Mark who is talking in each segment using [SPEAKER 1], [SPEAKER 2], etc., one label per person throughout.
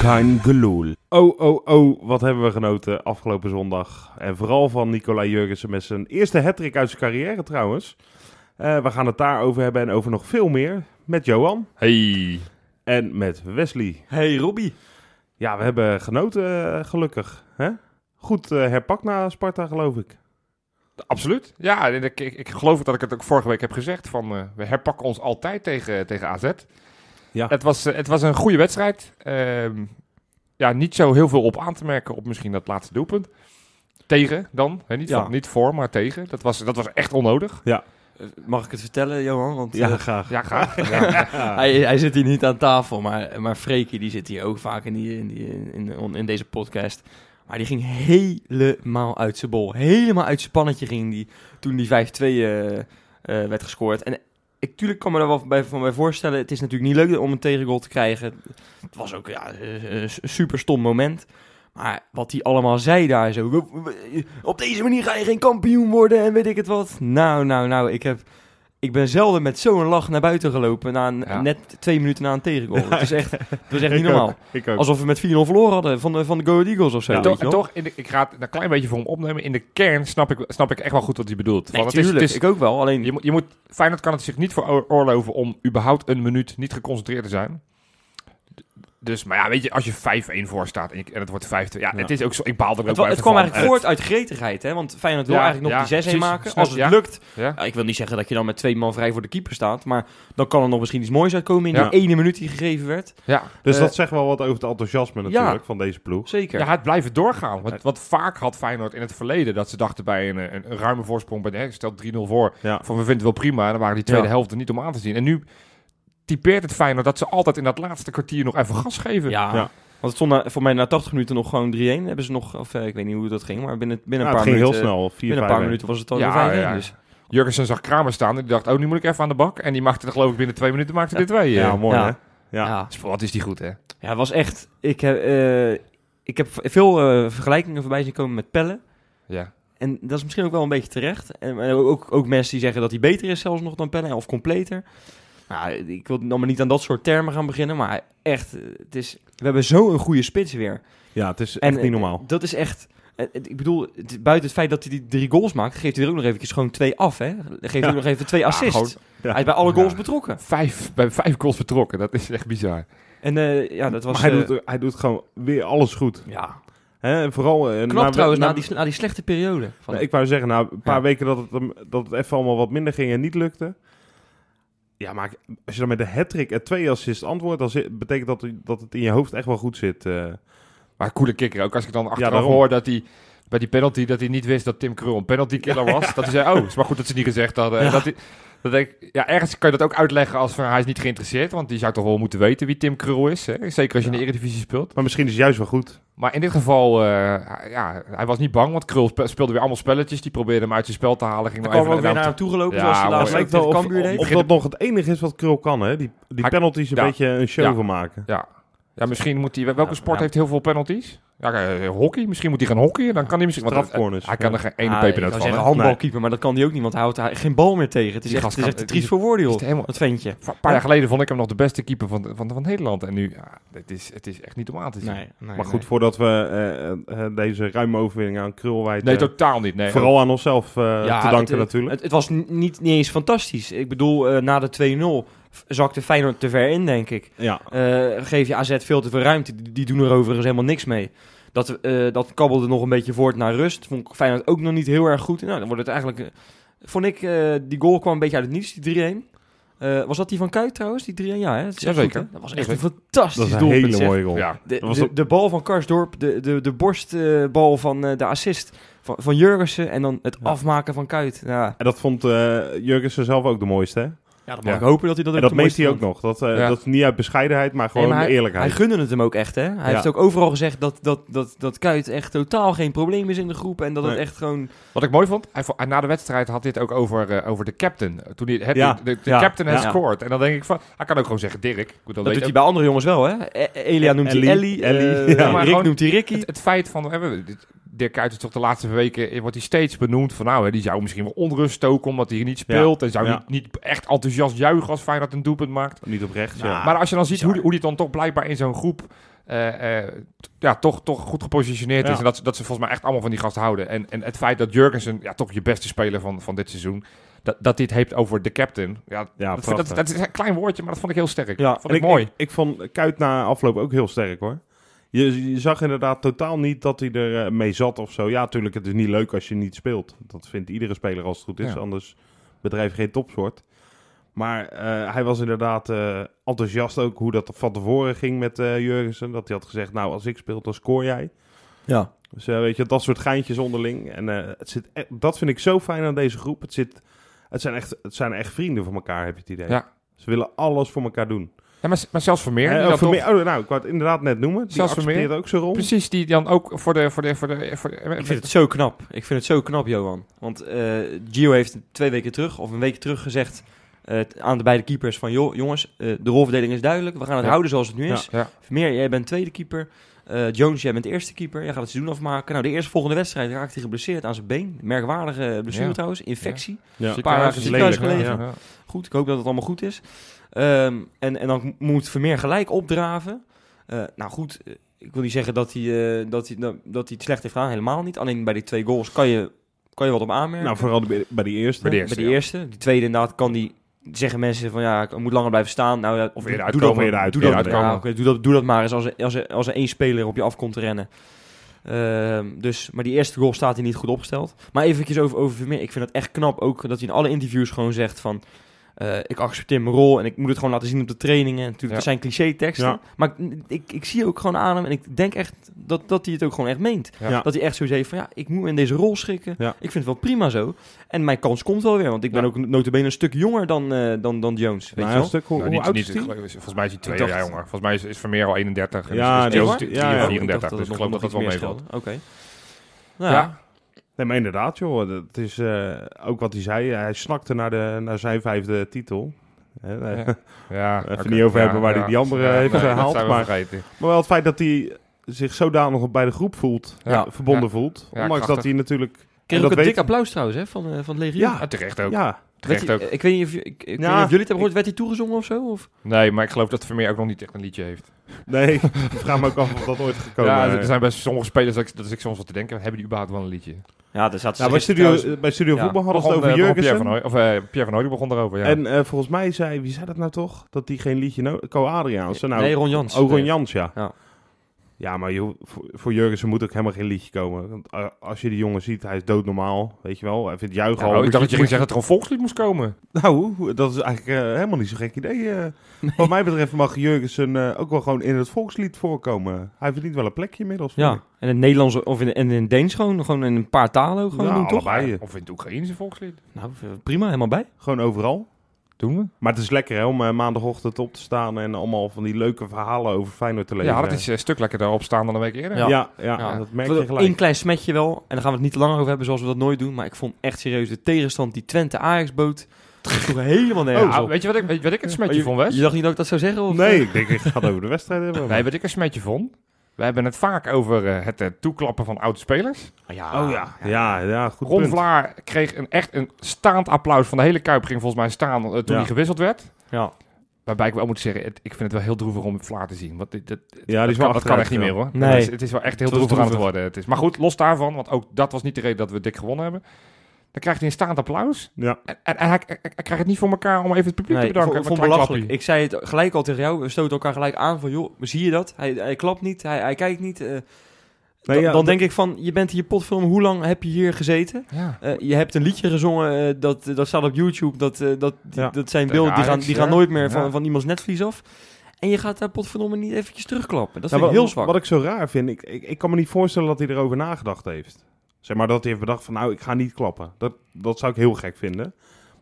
[SPEAKER 1] kein geloel. Oh, oh, oh, wat hebben we genoten afgelopen zondag. En vooral van Nicolai Jurgensen met zijn eerste hattrick uit zijn carrière trouwens. Eh, we gaan het daarover hebben en over nog veel meer met Johan
[SPEAKER 2] Hey.
[SPEAKER 1] en met Wesley.
[SPEAKER 3] Hey Robbie.
[SPEAKER 1] Ja, we hebben genoten eh, gelukkig. Hè? Goed eh, herpakt na Sparta geloof ik.
[SPEAKER 2] Absoluut. Ja, en ik, ik, ik geloof dat ik het ook vorige week heb gezegd. Van, eh, we herpakken ons altijd tegen, tegen AZ.
[SPEAKER 1] Ja.
[SPEAKER 2] Het, was, eh, het was een goede wedstrijd. Ehm, ja, niet zo heel veel op aan te merken op misschien dat laatste doelpunt. Tegen dan. Hè, niet,
[SPEAKER 3] Ja.
[SPEAKER 2] van, niet voor, maar tegen. Dat was, dat was echt onnodig.
[SPEAKER 3] Eh, Mag ik het vertellen, Johan? Want eh,
[SPEAKER 1] graag.
[SPEAKER 2] Ja, graag. Ja.
[SPEAKER 3] hij, hij zit hier niet aan tafel, maar, maar Freekje die zit hier ook vaak in, die, in, die, in, in, in deze podcast. Maar die ging helemaal uit zijn bol. Helemaal uit zijn pannetje ging die toen die 5-2 eh, eh, werd gescoord. En ik tuurlijk kan me daar wel bij, van bij voorstellen. Het is natuurlijk niet leuk om een tegengoal te krijgen. Het was ook ja, eh, eh, een super stom moment. Maar wat hij allemaal zei daar zo. "We- we- Op deze manier ga je geen kampioen worden en weet ik het wat. Nou, nou, nou. Ik, heb, ik ben zelden met zo'n lach naar buiten gelopen. Na een-
[SPEAKER 2] Ja.
[SPEAKER 3] Net twee minuten na een tegengoal. Het is echt, het is echt niet
[SPEAKER 1] Ik ook,
[SPEAKER 3] normaal.
[SPEAKER 1] Ik ook.
[SPEAKER 3] Alsof we met 4-0 verloren hadden van de, van de Go Ahead Eagles of zo.
[SPEAKER 2] En
[SPEAKER 3] weet
[SPEAKER 2] toch,
[SPEAKER 3] je wel.
[SPEAKER 2] en toch in de- ik ga het een klein beetje voor hem opnemen. In de kern snap ik, snap ik echt wel goed wat hij bedoelt.
[SPEAKER 3] Nee,
[SPEAKER 2] Want het is, het
[SPEAKER 3] tuurlijk,
[SPEAKER 2] is,
[SPEAKER 3] ik ook wel. Alleen,
[SPEAKER 2] Je moet, je moet, Feyenoord kan het zich niet veroorloven om überhaupt een minuut niet geconcentreerd te zijn. D- Dus, maar ja, weet je, als je 5-1 voor staat en, je- en het wordt 5-2. Ja,
[SPEAKER 1] Ja.
[SPEAKER 2] het is ook zo. Ik baal er ook
[SPEAKER 3] het, wa-
[SPEAKER 2] wel
[SPEAKER 3] het
[SPEAKER 2] even
[SPEAKER 3] kwam
[SPEAKER 2] van.
[SPEAKER 3] eigenlijk voort uit gretigheid. Hè? Want Feyenoord wil
[SPEAKER 2] Ja,
[SPEAKER 3] eigenlijk nog
[SPEAKER 2] ja,
[SPEAKER 3] die 6-1
[SPEAKER 2] precies.
[SPEAKER 3] maken.
[SPEAKER 2] Snap
[SPEAKER 3] Als het
[SPEAKER 2] je? Ja.
[SPEAKER 3] lukt,
[SPEAKER 2] Ja.
[SPEAKER 3] Ja, ik wil niet zeggen dat je dan met twee man vrij voor de keeper staat. Maar dan kan er nog misschien iets moois uitkomen in
[SPEAKER 2] Ja.
[SPEAKER 3] die ene minuut die gegeven werd.
[SPEAKER 2] Ja.
[SPEAKER 1] Dus
[SPEAKER 3] eh,
[SPEAKER 1] dat zegt wel wat over het enthousiasme
[SPEAKER 3] ja.
[SPEAKER 1] natuurlijk van deze ploeg.
[SPEAKER 3] Zeker.
[SPEAKER 2] ja, het blijven doorgaan. Want, want vaak had Feyenoord in het verleden dat ze dachten bij een, een, een ruime voorsprong bij de Herk, stel 3-0 voor.
[SPEAKER 1] Ja.
[SPEAKER 2] Van we vinden het wel prima. En dan waren die tweede
[SPEAKER 3] Ja.
[SPEAKER 2] helft er niet om aan te zien. En nu typeert het Feyenoord dat ze altijd in dat laatste kwartier nog even gas geven.
[SPEAKER 3] Ja.
[SPEAKER 1] Ja.
[SPEAKER 3] Want het stond na- voor mij na 80 minuten nog gewoon 3-1. Hebben ze nog, of eh, ik weet niet hoe dat ging, maar binnen, binnen
[SPEAKER 1] Ja,
[SPEAKER 3] een
[SPEAKER 1] Nou, het
[SPEAKER 3] paar
[SPEAKER 1] ging heel
[SPEAKER 3] minuten.
[SPEAKER 1] snel. 4-5
[SPEAKER 3] Binnen een paar minuten was het al
[SPEAKER 2] Ja,
[SPEAKER 3] 5-1.
[SPEAKER 2] ja.
[SPEAKER 3] Dus.
[SPEAKER 2] Jurgensen zag Kramer staan en die dacht, oh, nu moet ik even aan de bak. En die maakte er geloof ik binnen twee minuten maakte dit twee.
[SPEAKER 1] Ja,
[SPEAKER 2] eh.
[SPEAKER 1] mooi
[SPEAKER 3] Ja.
[SPEAKER 1] hè?
[SPEAKER 3] Ja.
[SPEAKER 1] Ja.
[SPEAKER 3] Ja.
[SPEAKER 2] Wat is die goed, hè?
[SPEAKER 3] het was echt... Ik heb, eh, ik heb veel eh, vergelijkingen voorbij zien komen met Pelle.
[SPEAKER 2] Ja.
[SPEAKER 3] En dat is misschien ook wel een beetje terecht. En, en ook, ook mensen die zeggen dat hij beter is zelfs nog dan Pelle of completer. Nou, ik wil dan maar niet aan dat soort termen gaan beginnen, maar echt, eh, het is, we hebben zo'n goede spits weer.
[SPEAKER 1] Ja, het is
[SPEAKER 3] En
[SPEAKER 1] echt niet
[SPEAKER 3] eh,
[SPEAKER 1] normaal.
[SPEAKER 3] Dat is echt, eh, eh, ik bedoel, het- buiten het feit dat hij die drie goals maakt, geeft hij er ook nog eventjes gewoon twee af, hè? Geeft hij ook nog even twee assists.
[SPEAKER 2] gewoon-
[SPEAKER 1] ja.
[SPEAKER 3] Hij is bij alle goals
[SPEAKER 2] Ja.
[SPEAKER 3] betrokken.
[SPEAKER 2] Vijf, bij vijf goals betrokken, dat is echt bizar.
[SPEAKER 3] En eh, ja, dat was...
[SPEAKER 1] maar hij,
[SPEAKER 3] eh,
[SPEAKER 1] doet, hij doet gewoon weer alles goed.
[SPEAKER 3] ja,
[SPEAKER 1] Hè? En vooral, eh,
[SPEAKER 3] knap
[SPEAKER 1] na-
[SPEAKER 3] trouwens,
[SPEAKER 1] na-
[SPEAKER 3] na, die, sle- na die slechte periode. Van,
[SPEAKER 1] Nou, ik wou zeggen, na een paar
[SPEAKER 3] Ja.
[SPEAKER 1] weken dat het, hem- dat het even allemaal wat minder ging en niet lukte. Ja, maar als je dan met de hat-trick en twee assists antwoordt, dan zit- betekent dat dat het in je hoofd echt wel goed zit. eh.
[SPEAKER 2] Maar coole kikker ook. Als ik dan achteraf
[SPEAKER 1] daarom.
[SPEAKER 2] hoor dat hij bij die penalty, dat hij niet wist dat Tim Krul een penalty killer was. Dat hij zei, oh, is maar goed dat ze het niet gezegd hadden. En Dat hij, dat denk ik, ja, ergens kan je dat ook uitleggen als van, hij is niet geïnteresseerd. Want die zou toch wel moeten weten wie Tim Krul is. Hè? Zeker als je in de Eredivisie speelt.
[SPEAKER 1] Maar misschien is het juist wel goed.
[SPEAKER 2] Maar in dit geval, eh, hij- ja, hij was niet bang. Want Krul spe- speelde weer allemaal spelletjes. Die probeerde hem uit zijn spel te halen. Ging
[SPEAKER 3] dan kwam
[SPEAKER 2] nog even
[SPEAKER 3] we ook weer
[SPEAKER 2] hem
[SPEAKER 3] naar
[SPEAKER 2] toe.
[SPEAKER 3] hem toe gelopen,
[SPEAKER 2] Ja,
[SPEAKER 3] zoals hij
[SPEAKER 2] hoor.
[SPEAKER 3] laatst
[SPEAKER 2] Lijkt
[SPEAKER 3] ook tegen
[SPEAKER 1] wel of,
[SPEAKER 3] Cambuur deed.
[SPEAKER 1] of dat nog het enige is wat Krul kan, hè? Die, die
[SPEAKER 2] Hij-
[SPEAKER 1] penalties een
[SPEAKER 2] ja.
[SPEAKER 1] beetje een show
[SPEAKER 2] Ja.
[SPEAKER 1] van maken.
[SPEAKER 2] Ja, misschien moet hij... Welke
[SPEAKER 3] Ja,
[SPEAKER 2] sport
[SPEAKER 3] ja.
[SPEAKER 2] heeft heel veel penalties? Ja, eh, hockey. Misschien moet hij gaan hockeyen. Dan kan hij misschien... want hij-
[SPEAKER 1] Strafcorners.
[SPEAKER 2] hij kan er geen ene
[SPEAKER 3] Ah,
[SPEAKER 2] pepernoot
[SPEAKER 3] Ik
[SPEAKER 2] van.
[SPEAKER 3] zou zeggen
[SPEAKER 2] hè?
[SPEAKER 3] handbalkeeper, maar dat kan die ook niet, want hij houdt daar geen bal meer tegen. Het is
[SPEAKER 2] Die
[SPEAKER 3] echt,
[SPEAKER 2] gast
[SPEAKER 3] het is echt
[SPEAKER 2] kan-
[SPEAKER 3] een
[SPEAKER 2] die-
[SPEAKER 3] triest voor woorden,
[SPEAKER 2] Is
[SPEAKER 3] joh.
[SPEAKER 2] het helemaal-
[SPEAKER 3] Dat ventje.
[SPEAKER 2] Een paar jaar geleden vond ik hem nog de beste keeper van, van, van Nederland. En nu, ja, het, is, het is echt niet om aan te zien. Nee,
[SPEAKER 1] maar goed, voordat we eh, eh, deze ruime overwinning aan Krul wijten,
[SPEAKER 2] totaal niet. Nee.
[SPEAKER 1] vooral aan onszelf eh, te danken
[SPEAKER 3] het, eh,
[SPEAKER 1] natuurlijk.
[SPEAKER 3] Het, het was n- niet, niet eens fantastisch. Ik bedoel, eh, na de 2-0 f- zakte Feyenoord te ver in, denk ik.
[SPEAKER 1] ja.
[SPEAKER 3] Eh, geef je AZ veel te veel ruimte. Die, die doen er overigens helemaal niks mee. Dat, eh, dat kabbelde nog een beetje voort naar rust. Vond ik Feyenoord ook nog niet heel erg goed. Nou, dan wordt het eigenlijk... eh, vond ik, eh, die goal kwam een beetje uit het niets, die 3-1. Eh, was dat die van Kuit trouwens, die 3-1? Ja, hè? Dat, is echt
[SPEAKER 2] Jazeker.
[SPEAKER 3] goed, hè? dat was echt een
[SPEAKER 1] Dat
[SPEAKER 3] fantastisch
[SPEAKER 1] is een
[SPEAKER 3] doelpunt,
[SPEAKER 1] hele
[SPEAKER 3] zeg.
[SPEAKER 1] mooie goal.
[SPEAKER 2] Ja.
[SPEAKER 3] De,
[SPEAKER 1] was
[SPEAKER 3] de,
[SPEAKER 1] op-
[SPEAKER 3] de bal van Karsdorp, de, de, de borstbal van eh, de assist van, van Jurgensen en dan het
[SPEAKER 1] Ja.
[SPEAKER 3] afmaken van Kuit. Ja,
[SPEAKER 1] En dat vond eh Jurgensen zelf ook de mooiste, hè?
[SPEAKER 3] ja dat
[SPEAKER 2] mag
[SPEAKER 3] ik
[SPEAKER 2] ik
[SPEAKER 3] hopen dat hij dat
[SPEAKER 1] en dat meent hij ook nog. Dat, eh,
[SPEAKER 2] Ja.
[SPEAKER 1] dat is niet uit bescheidenheid, maar gewoon
[SPEAKER 3] maar Hij
[SPEAKER 1] eerlijkheid.
[SPEAKER 3] gunde het hem ook echt, hè? Hij
[SPEAKER 1] Ja.
[SPEAKER 3] heeft ook overal gezegd dat, dat, dat, dat Kuit echt totaal geen probleem is in de groep en dat het
[SPEAKER 1] Nee.
[SPEAKER 3] echt gewoon...
[SPEAKER 2] Wat ik mooi vond, hij, vo- hij na de wedstrijd had dit ook over, eh, over de captain. Toen hij, het,
[SPEAKER 1] Ja.
[SPEAKER 2] de, de
[SPEAKER 3] Ja.
[SPEAKER 2] captain has
[SPEAKER 3] Ja.
[SPEAKER 2] scored. En dan denk ik van, hij kan ook gewoon zeggen Dirk.
[SPEAKER 3] Dat
[SPEAKER 2] Goed, dan weet
[SPEAKER 3] doet hij
[SPEAKER 2] ook-
[SPEAKER 3] bij andere jongens wel, hè? E- E- Elia noemt hij Ellie,
[SPEAKER 1] Ellie, Ellie,
[SPEAKER 3] eh,
[SPEAKER 1] ja.
[SPEAKER 2] Maar
[SPEAKER 3] Rick
[SPEAKER 2] gewoon-
[SPEAKER 3] noemt hij Ricky.
[SPEAKER 2] het, het feit van, eh, we- dit- Dirk Kuyt is toch de laatste weken, eh, wordt hij steeds benoemd van nou, hè, die zou misschien wel onrust stoken omdat hij niet speelt. En zou
[SPEAKER 1] Ja.
[SPEAKER 2] niet, niet echt enthousiast juichen als Feyenoord een doelpunt maakt.
[SPEAKER 1] Niet oprecht,
[SPEAKER 2] Maar als je dan ziet hoe, die- hoe die dan toch blijkbaar in zo'n groep eh, eh, t- ja, toch, toch goed gepositioneerd
[SPEAKER 1] Ja.
[SPEAKER 2] is. En dat, ze- dat ze volgens mij echt allemaal van die gast houden. En, en het feit dat Jurgensen, ja, toch je beste speler van, van dit seizoen, dat, dat dit heeft over de captain. Ja,
[SPEAKER 1] Ja,
[SPEAKER 2] dat, vind- dat,
[SPEAKER 1] prachtig.
[SPEAKER 2] dat is een klein woordje, maar dat vond ik heel sterk.
[SPEAKER 1] Ja,
[SPEAKER 2] vond
[SPEAKER 1] en
[SPEAKER 2] ik, mooi.
[SPEAKER 1] Ik, ik vond Kuit na afloop ook heel sterk hoor. Je, je zag inderdaad totaal niet dat hij er eh, mee zat of zo. Ja, tuurlijk, het is niet leuk als je niet speelt. Dat vindt iedere speler als het goed is.
[SPEAKER 2] Ja.
[SPEAKER 1] Anders bedrijf geen topsoort. Maar eh, hij was inderdaad eh, enthousiast ook hoe dat van tevoren ging met eh Jurgensen. Dat hij had gezegd, nou, als ik speel, dan scoor jij.
[SPEAKER 3] Ja.
[SPEAKER 1] Dus eh, weet je, dat soort geintjes onderling. En eh, het zit, e- dat vind ik zo fijn aan deze groep. Het, zit, het, zijn echt, het zijn echt vrienden van elkaar, heb je het idee.
[SPEAKER 2] Ja.
[SPEAKER 1] Ze willen alles voor elkaar doen.
[SPEAKER 2] Ja, maar, maar zelfs Vermeer,
[SPEAKER 1] Eh,
[SPEAKER 2] die
[SPEAKER 1] oh,
[SPEAKER 2] dat
[SPEAKER 1] Vermeer-
[SPEAKER 2] toch-
[SPEAKER 1] oh, nou, ik wou het inderdaad net noemen. Die
[SPEAKER 2] Zelfs
[SPEAKER 1] accepteert
[SPEAKER 2] Vermeer.
[SPEAKER 1] ook zijn rol.
[SPEAKER 2] precies, die dan ook voor de... Voor de, voor de, voor de-
[SPEAKER 3] Ik vind het zo knap. Ik vind het zo knap, Johan. Want eh, Gio heeft twee weken terug, of een week terug, gezegd eh, t- aan de beide keepers van... joh, jongens, eh, de rolverdeling is duidelijk. We gaan het
[SPEAKER 2] Ja.
[SPEAKER 3] houden zoals het nu
[SPEAKER 1] Ja.
[SPEAKER 3] is.
[SPEAKER 2] Ja.
[SPEAKER 3] Vermeer, jij bent tweede keeper. Eh, Jones, jij bent eerste keeper. Jij gaat het seizoen afmaken. Nou, de eerste volgende wedstrijd raakt hij geblesseerd aan zijn been. Merkwaardige blessure
[SPEAKER 2] Ja.
[SPEAKER 3] trouwens. Infectie.
[SPEAKER 1] Ja.
[SPEAKER 2] Ziekenhuis-
[SPEAKER 3] paar dagen
[SPEAKER 1] is
[SPEAKER 2] ziekenhuis
[SPEAKER 1] lelijk,
[SPEAKER 2] gelegen.
[SPEAKER 1] ja.
[SPEAKER 2] Ja.
[SPEAKER 3] Goed, ik hoop dat het allemaal goed is. Ehm, en, en dan moet Vermeer gelijk opdraven. Eh, nou goed, eh, ik wil niet zeggen dat hij, eh, dat, hij, dat, dat hij het slecht heeft gedaan, helemaal niet. Alleen bij die twee goals kan je, kan je wat op aanmerken.
[SPEAKER 1] Nou, vooral bij, bij die eerste.
[SPEAKER 2] Bij de
[SPEAKER 3] bij
[SPEAKER 2] eerste,
[SPEAKER 3] die
[SPEAKER 2] ja.
[SPEAKER 3] eerste. Die tweede inderdaad kan die, zeggen mensen van ja, ik moet langer blijven staan. Nou, ja,
[SPEAKER 2] Of eerder
[SPEAKER 1] Doe dat
[SPEAKER 2] uitkomen.
[SPEAKER 1] weer eruit.
[SPEAKER 2] Doe dat
[SPEAKER 1] Ja,
[SPEAKER 2] uitkomen.
[SPEAKER 3] ja, oké, doe, dat, doe dat maar eens als er, als, er, als er één speler op je af komt te rennen. Ehm, dus, maar die eerste goal staat hij niet goed opgesteld. Maar eventjes over, over Vermeer. Ik vind het echt knap ook dat hij in alle interviews gewoon zegt van... eh, ik accepteer mijn rol en ik moet het gewoon laten zien op de trainingen. Natuurlijk,
[SPEAKER 2] Ja.
[SPEAKER 3] dat zijn cliché-teksten.
[SPEAKER 1] Ja.
[SPEAKER 3] Maar ik, ik, ik zie ook gewoon aan hem en ik denk echt dat, dat hij het ook gewoon echt meent.
[SPEAKER 2] Ja.
[SPEAKER 1] Ja.
[SPEAKER 3] Dat hij echt zo heeft van ja, ik moet me in deze rol schikken.
[SPEAKER 1] Ja.
[SPEAKER 3] Ik vind het wel prima zo. En mijn kans komt wel weer, want ik ben
[SPEAKER 1] Ja.
[SPEAKER 3] ook notabene een stuk jonger dan, eh, dan, dan Jones. Weet
[SPEAKER 1] Nou,
[SPEAKER 3] je
[SPEAKER 1] een
[SPEAKER 3] wel?
[SPEAKER 1] stuk, hoe,
[SPEAKER 2] Nou,
[SPEAKER 1] hoe
[SPEAKER 2] niet,
[SPEAKER 1] oud
[SPEAKER 2] niet,
[SPEAKER 1] is die?
[SPEAKER 2] geloof- volgens mij is hij twee
[SPEAKER 3] Ik dacht-
[SPEAKER 2] jaar jonger. Volgens mij is, is Vermeer al 31. en
[SPEAKER 1] Ja,
[SPEAKER 2] is
[SPEAKER 1] die-
[SPEAKER 2] Jones
[SPEAKER 1] ja,
[SPEAKER 2] drie- drie
[SPEAKER 1] ja.
[SPEAKER 2] of
[SPEAKER 1] Ik
[SPEAKER 2] 34. Dus ik geloof dat dat wel meevalt.
[SPEAKER 3] Oké. Nou, ja.
[SPEAKER 2] Ja,
[SPEAKER 1] Nee, maar inderdaad joh. Het is eh, ook wat hij zei. Hij snakte naar, de, naar zijn vijfde titel. Eh, eh,
[SPEAKER 2] Ja. ja.
[SPEAKER 1] Even
[SPEAKER 2] oké.
[SPEAKER 1] niet over hebben waar
[SPEAKER 2] ja.
[SPEAKER 1] die die andere heeft
[SPEAKER 2] nee,
[SPEAKER 1] gehaald,
[SPEAKER 2] Dat zijn we
[SPEAKER 1] maar-
[SPEAKER 2] vergeten.
[SPEAKER 1] Maar wel het feit dat hij zich zodanig bij de groep voelt.
[SPEAKER 2] Ja.
[SPEAKER 1] eh, Verbonden voelt.
[SPEAKER 2] Ja,
[SPEAKER 1] Ondanks dat
[SPEAKER 2] krachtig.
[SPEAKER 1] hij natuurlijk...
[SPEAKER 3] Kreeg
[SPEAKER 1] en
[SPEAKER 3] ook
[SPEAKER 1] dat
[SPEAKER 3] een dik
[SPEAKER 1] weet-
[SPEAKER 3] applaus trouwens hè, van, eh, van het legioen.
[SPEAKER 1] Ja.
[SPEAKER 2] Ja, terecht ook.
[SPEAKER 1] Ja,
[SPEAKER 3] Werd
[SPEAKER 2] Terecht
[SPEAKER 3] hij-
[SPEAKER 2] ook.
[SPEAKER 3] eh, ik weet niet of, je- ik, ik weet niet of
[SPEAKER 1] Ja,
[SPEAKER 3] jullie het hebben gehoord. Werd hij toegezongen of zo? Of?
[SPEAKER 2] Nee, maar ik geloof dat Vermeer ook nog niet echt een liedje heeft.
[SPEAKER 1] nee. ik vraag me ook af of dat ooit gekomen
[SPEAKER 2] ja,
[SPEAKER 1] is.
[SPEAKER 2] er zijn best sommige spelers dat ik, dat ik soms wat te denken. Hebben die überhaupt wel een liedje?
[SPEAKER 3] Ja, daar zaten
[SPEAKER 1] Nou, bij Studio, bij studio
[SPEAKER 3] Ja.
[SPEAKER 1] Voetbal hadden we
[SPEAKER 2] Begon,
[SPEAKER 1] het over
[SPEAKER 2] eh, begon Pierre
[SPEAKER 1] Jurgensen.
[SPEAKER 2] van Hooy- of eh, Pierre van Hooy begon daarover, ja.
[SPEAKER 1] En eh, volgens mij zei, wie zei dat nou toch? Dat die geen liedje nodig... Co Adriaans. Nou,
[SPEAKER 3] nee, Ron Jans.
[SPEAKER 2] eh,
[SPEAKER 1] Oh, Ron Jans, ja.
[SPEAKER 3] Ja.
[SPEAKER 1] Ja, maar joh, voor, voor Jurgensen moet ook helemaal geen liedje komen. Want eh, als je die jongen ziet, hij is doodnormaal. Weet je wel, hij vindt
[SPEAKER 2] Ja,
[SPEAKER 1] juichen
[SPEAKER 2] oh,
[SPEAKER 1] al.
[SPEAKER 2] ik dacht dat je ging zeggen dat er een volkslied moest komen.
[SPEAKER 1] Nou, hoe- dat is eigenlijk eh, helemaal niet zo'n gek idee. eh. Wat mij betreft mag Jurgensen eh, ook wel gewoon in het volkslied voorkomen. Hij verdient wel een plekje inmiddels. vind ik.
[SPEAKER 3] Ja, en het Nederlands of in, en in het Deens gewoon, gewoon in een paar talen ook gewoon
[SPEAKER 1] Ja,
[SPEAKER 3] doen, toch?
[SPEAKER 1] allebei. eh,
[SPEAKER 2] Of in het Oekraïense volkslied.
[SPEAKER 3] Nou, eh, prima, helemaal bij.
[SPEAKER 1] Gewoon overal.
[SPEAKER 2] Doen we?
[SPEAKER 1] Maar het is lekker hè, om eh, maandagochtend op te staan en allemaal van die leuke verhalen over Feyenoord te lezen.
[SPEAKER 2] Ja, dat is een eh, stuk lekker daarop staan dan een week eerder.
[SPEAKER 1] Ja,
[SPEAKER 3] Ja.
[SPEAKER 1] ja,
[SPEAKER 2] Ja.
[SPEAKER 1] dat merk je
[SPEAKER 3] Eén
[SPEAKER 1] gelijk.
[SPEAKER 3] klein smetje wel, en daar gaan we het niet te lang over hebben zoals we dat nooit doen. Maar ik vond echt serieus de tegenstand die Twente Ajax bood. Dat sloeg helemaal
[SPEAKER 1] Oh,
[SPEAKER 3] nergens
[SPEAKER 2] Ja, ah,
[SPEAKER 3] op.
[SPEAKER 2] weet, je wat ik, weet, je wat ik een smetje
[SPEAKER 3] je,
[SPEAKER 2] vond, Wes?
[SPEAKER 3] je dacht niet dat ik dat zou zeggen? Of
[SPEAKER 1] Nee, ik denk ik ga het over de wedstrijd hebben.
[SPEAKER 2] Nee, wat ik een smetje vond? We hebben het vaak over eh, het eh, toeklappen van oude spelers.
[SPEAKER 3] Ah, ja.
[SPEAKER 1] Oh ja, ja, ja goed
[SPEAKER 2] Ron
[SPEAKER 1] punt.
[SPEAKER 2] Vlaar kreeg een, echt een staand applaus van de hele Kuip. Ging volgens mij staan eh, toen
[SPEAKER 1] Ja.
[SPEAKER 2] hij gewisseld werd.
[SPEAKER 3] Ja.
[SPEAKER 2] Waarbij ik wel moet zeggen, het- ik vind het wel heel droevig om Vlaar te zien. Want dit, dit-
[SPEAKER 1] Ja, die is wel
[SPEAKER 2] dat, kan, dat kan echt niet
[SPEAKER 1] achteruit,
[SPEAKER 2] meer hoor.
[SPEAKER 3] Nee.
[SPEAKER 2] Het, is, het is wel echt heel
[SPEAKER 3] Het was
[SPEAKER 2] droevig aan het
[SPEAKER 3] droevig.
[SPEAKER 2] worden. Het is, maar goed, los daarvan, want ook dat was niet de reden dat we dik gewonnen hebben. Dan krijgt hij een staand applaus.
[SPEAKER 1] Ja.
[SPEAKER 2] En, en hij, hij- hij- hij krijgt het niet voor elkaar om even het publiek te
[SPEAKER 3] Nee,
[SPEAKER 2] bedanken.
[SPEAKER 3] ik vond
[SPEAKER 2] met een klein
[SPEAKER 3] belachelijk.
[SPEAKER 2] klappie.
[SPEAKER 3] Ik zei het gelijk al tegen jou. We stoten elkaar gelijk aan van, joh, zie je dat? Hij, hij klapt niet, hij, hij kijkt niet. eh.
[SPEAKER 1] Nee,
[SPEAKER 3] dan
[SPEAKER 1] ja,
[SPEAKER 3] dan denk ik van, je bent hier potfilm, hoe lang heb je hier gezeten?
[SPEAKER 2] Ja.
[SPEAKER 3] Eh, je hebt een liedje gezongen, eh, dat, dat staat op YouTube. Dat, eh, dat, die-
[SPEAKER 1] Ja.
[SPEAKER 3] dat zijn
[SPEAKER 2] Tegen
[SPEAKER 3] beelden, die gaan,
[SPEAKER 2] Ajax,
[SPEAKER 3] die
[SPEAKER 2] ja.
[SPEAKER 3] gaan nooit meer van,
[SPEAKER 2] Ja.
[SPEAKER 3] van iemands netvlies af. En je gaat daar potverdomme niet eventjes terugklappen. Dat
[SPEAKER 1] Nou,
[SPEAKER 3] vind ik
[SPEAKER 1] wat-
[SPEAKER 3] heel zwak.
[SPEAKER 1] Wat ik zo raar vind, ik, ik, ik kan me niet voorstellen dat hij erover nagedacht heeft. Zeg maar dat hij heeft bedacht van, nou, ik ga niet klappen. Dat, dat zou ik heel gek vinden.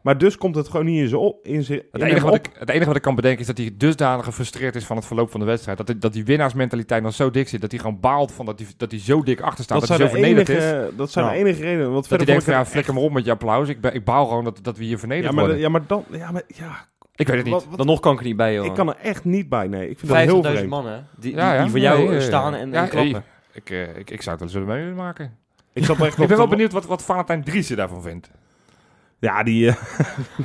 [SPEAKER 1] Maar dus komt het gewoon niet in zijn op. In zijn,
[SPEAKER 2] Het
[SPEAKER 1] in
[SPEAKER 2] enige,
[SPEAKER 1] hem
[SPEAKER 2] wat
[SPEAKER 1] op.
[SPEAKER 2] ik, het enige wat ik kan bedenken is dat hij dusdanig gefrustreerd is van het verloop van de wedstrijd. Dat, die- dat die winnaarsmentaliteit nog zo dik zit. Dat hij gewoon baalt van dat hij, dat hij zo dik achter staat.
[SPEAKER 1] dat,
[SPEAKER 2] Dat,
[SPEAKER 1] zijn
[SPEAKER 2] hij zo
[SPEAKER 1] de
[SPEAKER 2] vernederd is.
[SPEAKER 1] enige, dat zijn de
[SPEAKER 3] Nou.
[SPEAKER 1] enige redenen. Want
[SPEAKER 2] Dat hij
[SPEAKER 1] verder
[SPEAKER 2] denkt, van,
[SPEAKER 1] vond
[SPEAKER 2] ja,
[SPEAKER 1] ik het-
[SPEAKER 2] flikker me op met je applaus. Ik, ben, ik baal gewoon dat, dat we hier vernederd
[SPEAKER 1] ja, maar,
[SPEAKER 2] worden.
[SPEAKER 1] ja, maar dan... Ja, maar, ja,
[SPEAKER 2] ik weet het niet.
[SPEAKER 1] wat- wat-
[SPEAKER 3] dan nog kan ik er niet bij, joh.
[SPEAKER 1] ik kan er echt niet bij, nee. Ik vind dat heel
[SPEAKER 3] 50.000
[SPEAKER 1] vreemd.
[SPEAKER 3] mannen hè, die, die,
[SPEAKER 2] Ja, ja.
[SPEAKER 3] die voor jou
[SPEAKER 2] Nee,
[SPEAKER 3] eh,
[SPEAKER 2] ja, ja.
[SPEAKER 3] staan en, en
[SPEAKER 2] Ja,
[SPEAKER 3] klappen.
[SPEAKER 2] hey. ik, eh, ik, ik zou het wel zullen mee willen maken.
[SPEAKER 1] Ik, zat echt
[SPEAKER 2] Ik
[SPEAKER 1] nog
[SPEAKER 2] ben wel
[SPEAKER 1] te-
[SPEAKER 2] benieuwd wat, wat Valentijn Driessen daarvan vindt. Wat
[SPEAKER 1] Ja, die eh,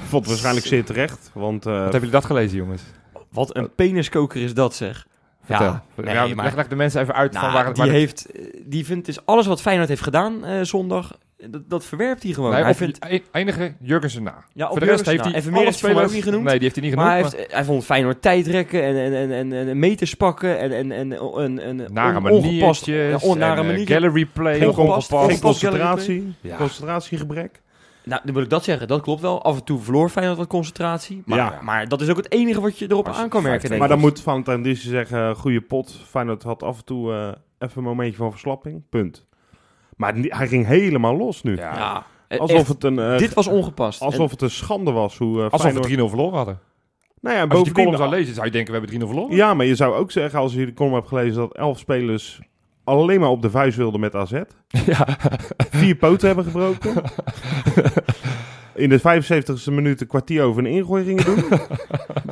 [SPEAKER 1] vond waarschijnlijk zeer terecht. Want eh,
[SPEAKER 2] hebben jullie dat gelezen, jongens?
[SPEAKER 3] Wat een peniskoker is dat, zeg.
[SPEAKER 2] Vertel.
[SPEAKER 3] Ja, nee,
[SPEAKER 2] Nou,
[SPEAKER 3] maar-
[SPEAKER 2] leg, leg de mensen even uit van
[SPEAKER 3] Nou,
[SPEAKER 2] waar, het-
[SPEAKER 3] die,
[SPEAKER 2] waar het-
[SPEAKER 3] heeft, eh, die vindt dus alles wat Feyenoord heeft gedaan eh, zondag, eh, dat, dat verwerpt hij gewoon.
[SPEAKER 2] Nee,
[SPEAKER 3] hij
[SPEAKER 2] op-
[SPEAKER 3] vindt,
[SPEAKER 2] e- enige Jurgensen na.
[SPEAKER 3] ja, op
[SPEAKER 2] Voor de rest heeft hij
[SPEAKER 3] even meer
[SPEAKER 2] alle
[SPEAKER 3] is hij voor mij ook
[SPEAKER 2] spelers
[SPEAKER 3] niet genoemd.
[SPEAKER 2] Nee, die heeft hij niet
[SPEAKER 3] maar,
[SPEAKER 2] genoemd.
[SPEAKER 3] hij, heeft, eh, hij vond Feyenoord tijdrekken en, en, en, en, en meters pakken en, en, en, en, en
[SPEAKER 2] maar
[SPEAKER 3] en
[SPEAKER 2] nare
[SPEAKER 3] on-
[SPEAKER 2] maniertjes.
[SPEAKER 3] ja, onnare
[SPEAKER 2] en, eh,
[SPEAKER 3] manier.
[SPEAKER 2] gallery play.
[SPEAKER 1] Geen
[SPEAKER 3] ongepast,
[SPEAKER 1] Geen
[SPEAKER 3] ongepast
[SPEAKER 1] concentratie.
[SPEAKER 2] Ja.
[SPEAKER 1] Concentratiegebrek.
[SPEAKER 3] Nou, dan wil ik dat zeggen. Dat klopt wel. Af en toe verloor Feyenoord wat concentratie. Maar,
[SPEAKER 1] Ja.
[SPEAKER 3] maar dat is ook het enige wat je erop
[SPEAKER 2] Als je
[SPEAKER 3] aan kan merken,
[SPEAKER 2] 15
[SPEAKER 3] denk
[SPEAKER 1] Maar
[SPEAKER 3] ik.
[SPEAKER 1] dan moet Valentijn Driessen zeggen, goede pot. Feyenoord had af en toe eh, even een momentje van verslapping. Punt. Maar ni- hij ging helemaal los nu.
[SPEAKER 2] Ja.
[SPEAKER 3] Ja, eh,
[SPEAKER 1] Alsof
[SPEAKER 3] echt,
[SPEAKER 1] het een... eh,
[SPEAKER 3] dit was ongepast. En-
[SPEAKER 1] Alsof het een schande was hoe eh,
[SPEAKER 2] Alsof
[SPEAKER 1] Feyenoord...
[SPEAKER 2] we 3-0 verloren hadden.
[SPEAKER 1] Nou ja, en
[SPEAKER 2] Als je
[SPEAKER 1] bovendien-
[SPEAKER 2] die column zou lezen, zou je denken, we hebben 3-0 verloren.
[SPEAKER 1] Ja, maar je zou ook zeggen, als je de column hebt gelezen, dat elf spelers alleen maar op de vuist wilden met AZ.
[SPEAKER 2] Ja.
[SPEAKER 1] Vier poten hebben gebroken. In de 75ste minuut een kwartier over een ingooi gingen doen.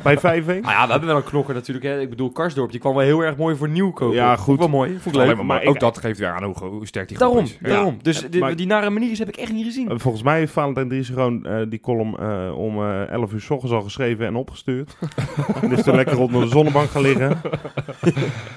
[SPEAKER 1] Bij 5-1.
[SPEAKER 3] Nou ja, we hebben wel een knokker natuurlijk. Hè. Ik bedoel, Karsdorp, die kwam wel heel erg mooi voor Nieuwkoop.
[SPEAKER 1] Ja, goed.
[SPEAKER 3] Wel mooi. Vond ik
[SPEAKER 2] Alleen
[SPEAKER 3] leuk.
[SPEAKER 2] maar,
[SPEAKER 1] maar
[SPEAKER 2] ook
[SPEAKER 1] ik-
[SPEAKER 2] dat geeft weer aan hoe, hoe sterk die groep
[SPEAKER 3] Daarom,
[SPEAKER 2] is. Ja.
[SPEAKER 3] daarom. Dus
[SPEAKER 1] Ja,
[SPEAKER 3] die,
[SPEAKER 1] maar-
[SPEAKER 3] die nare manieren heb ik echt niet gezien.
[SPEAKER 1] Eh, Volgens mij heeft Valentijn Dries gewoon eh, die column eh, om eh, 11 uur s ochtends al geschreven en opgestuurd. en is toen lekker onder de zonnebank gaan liggen.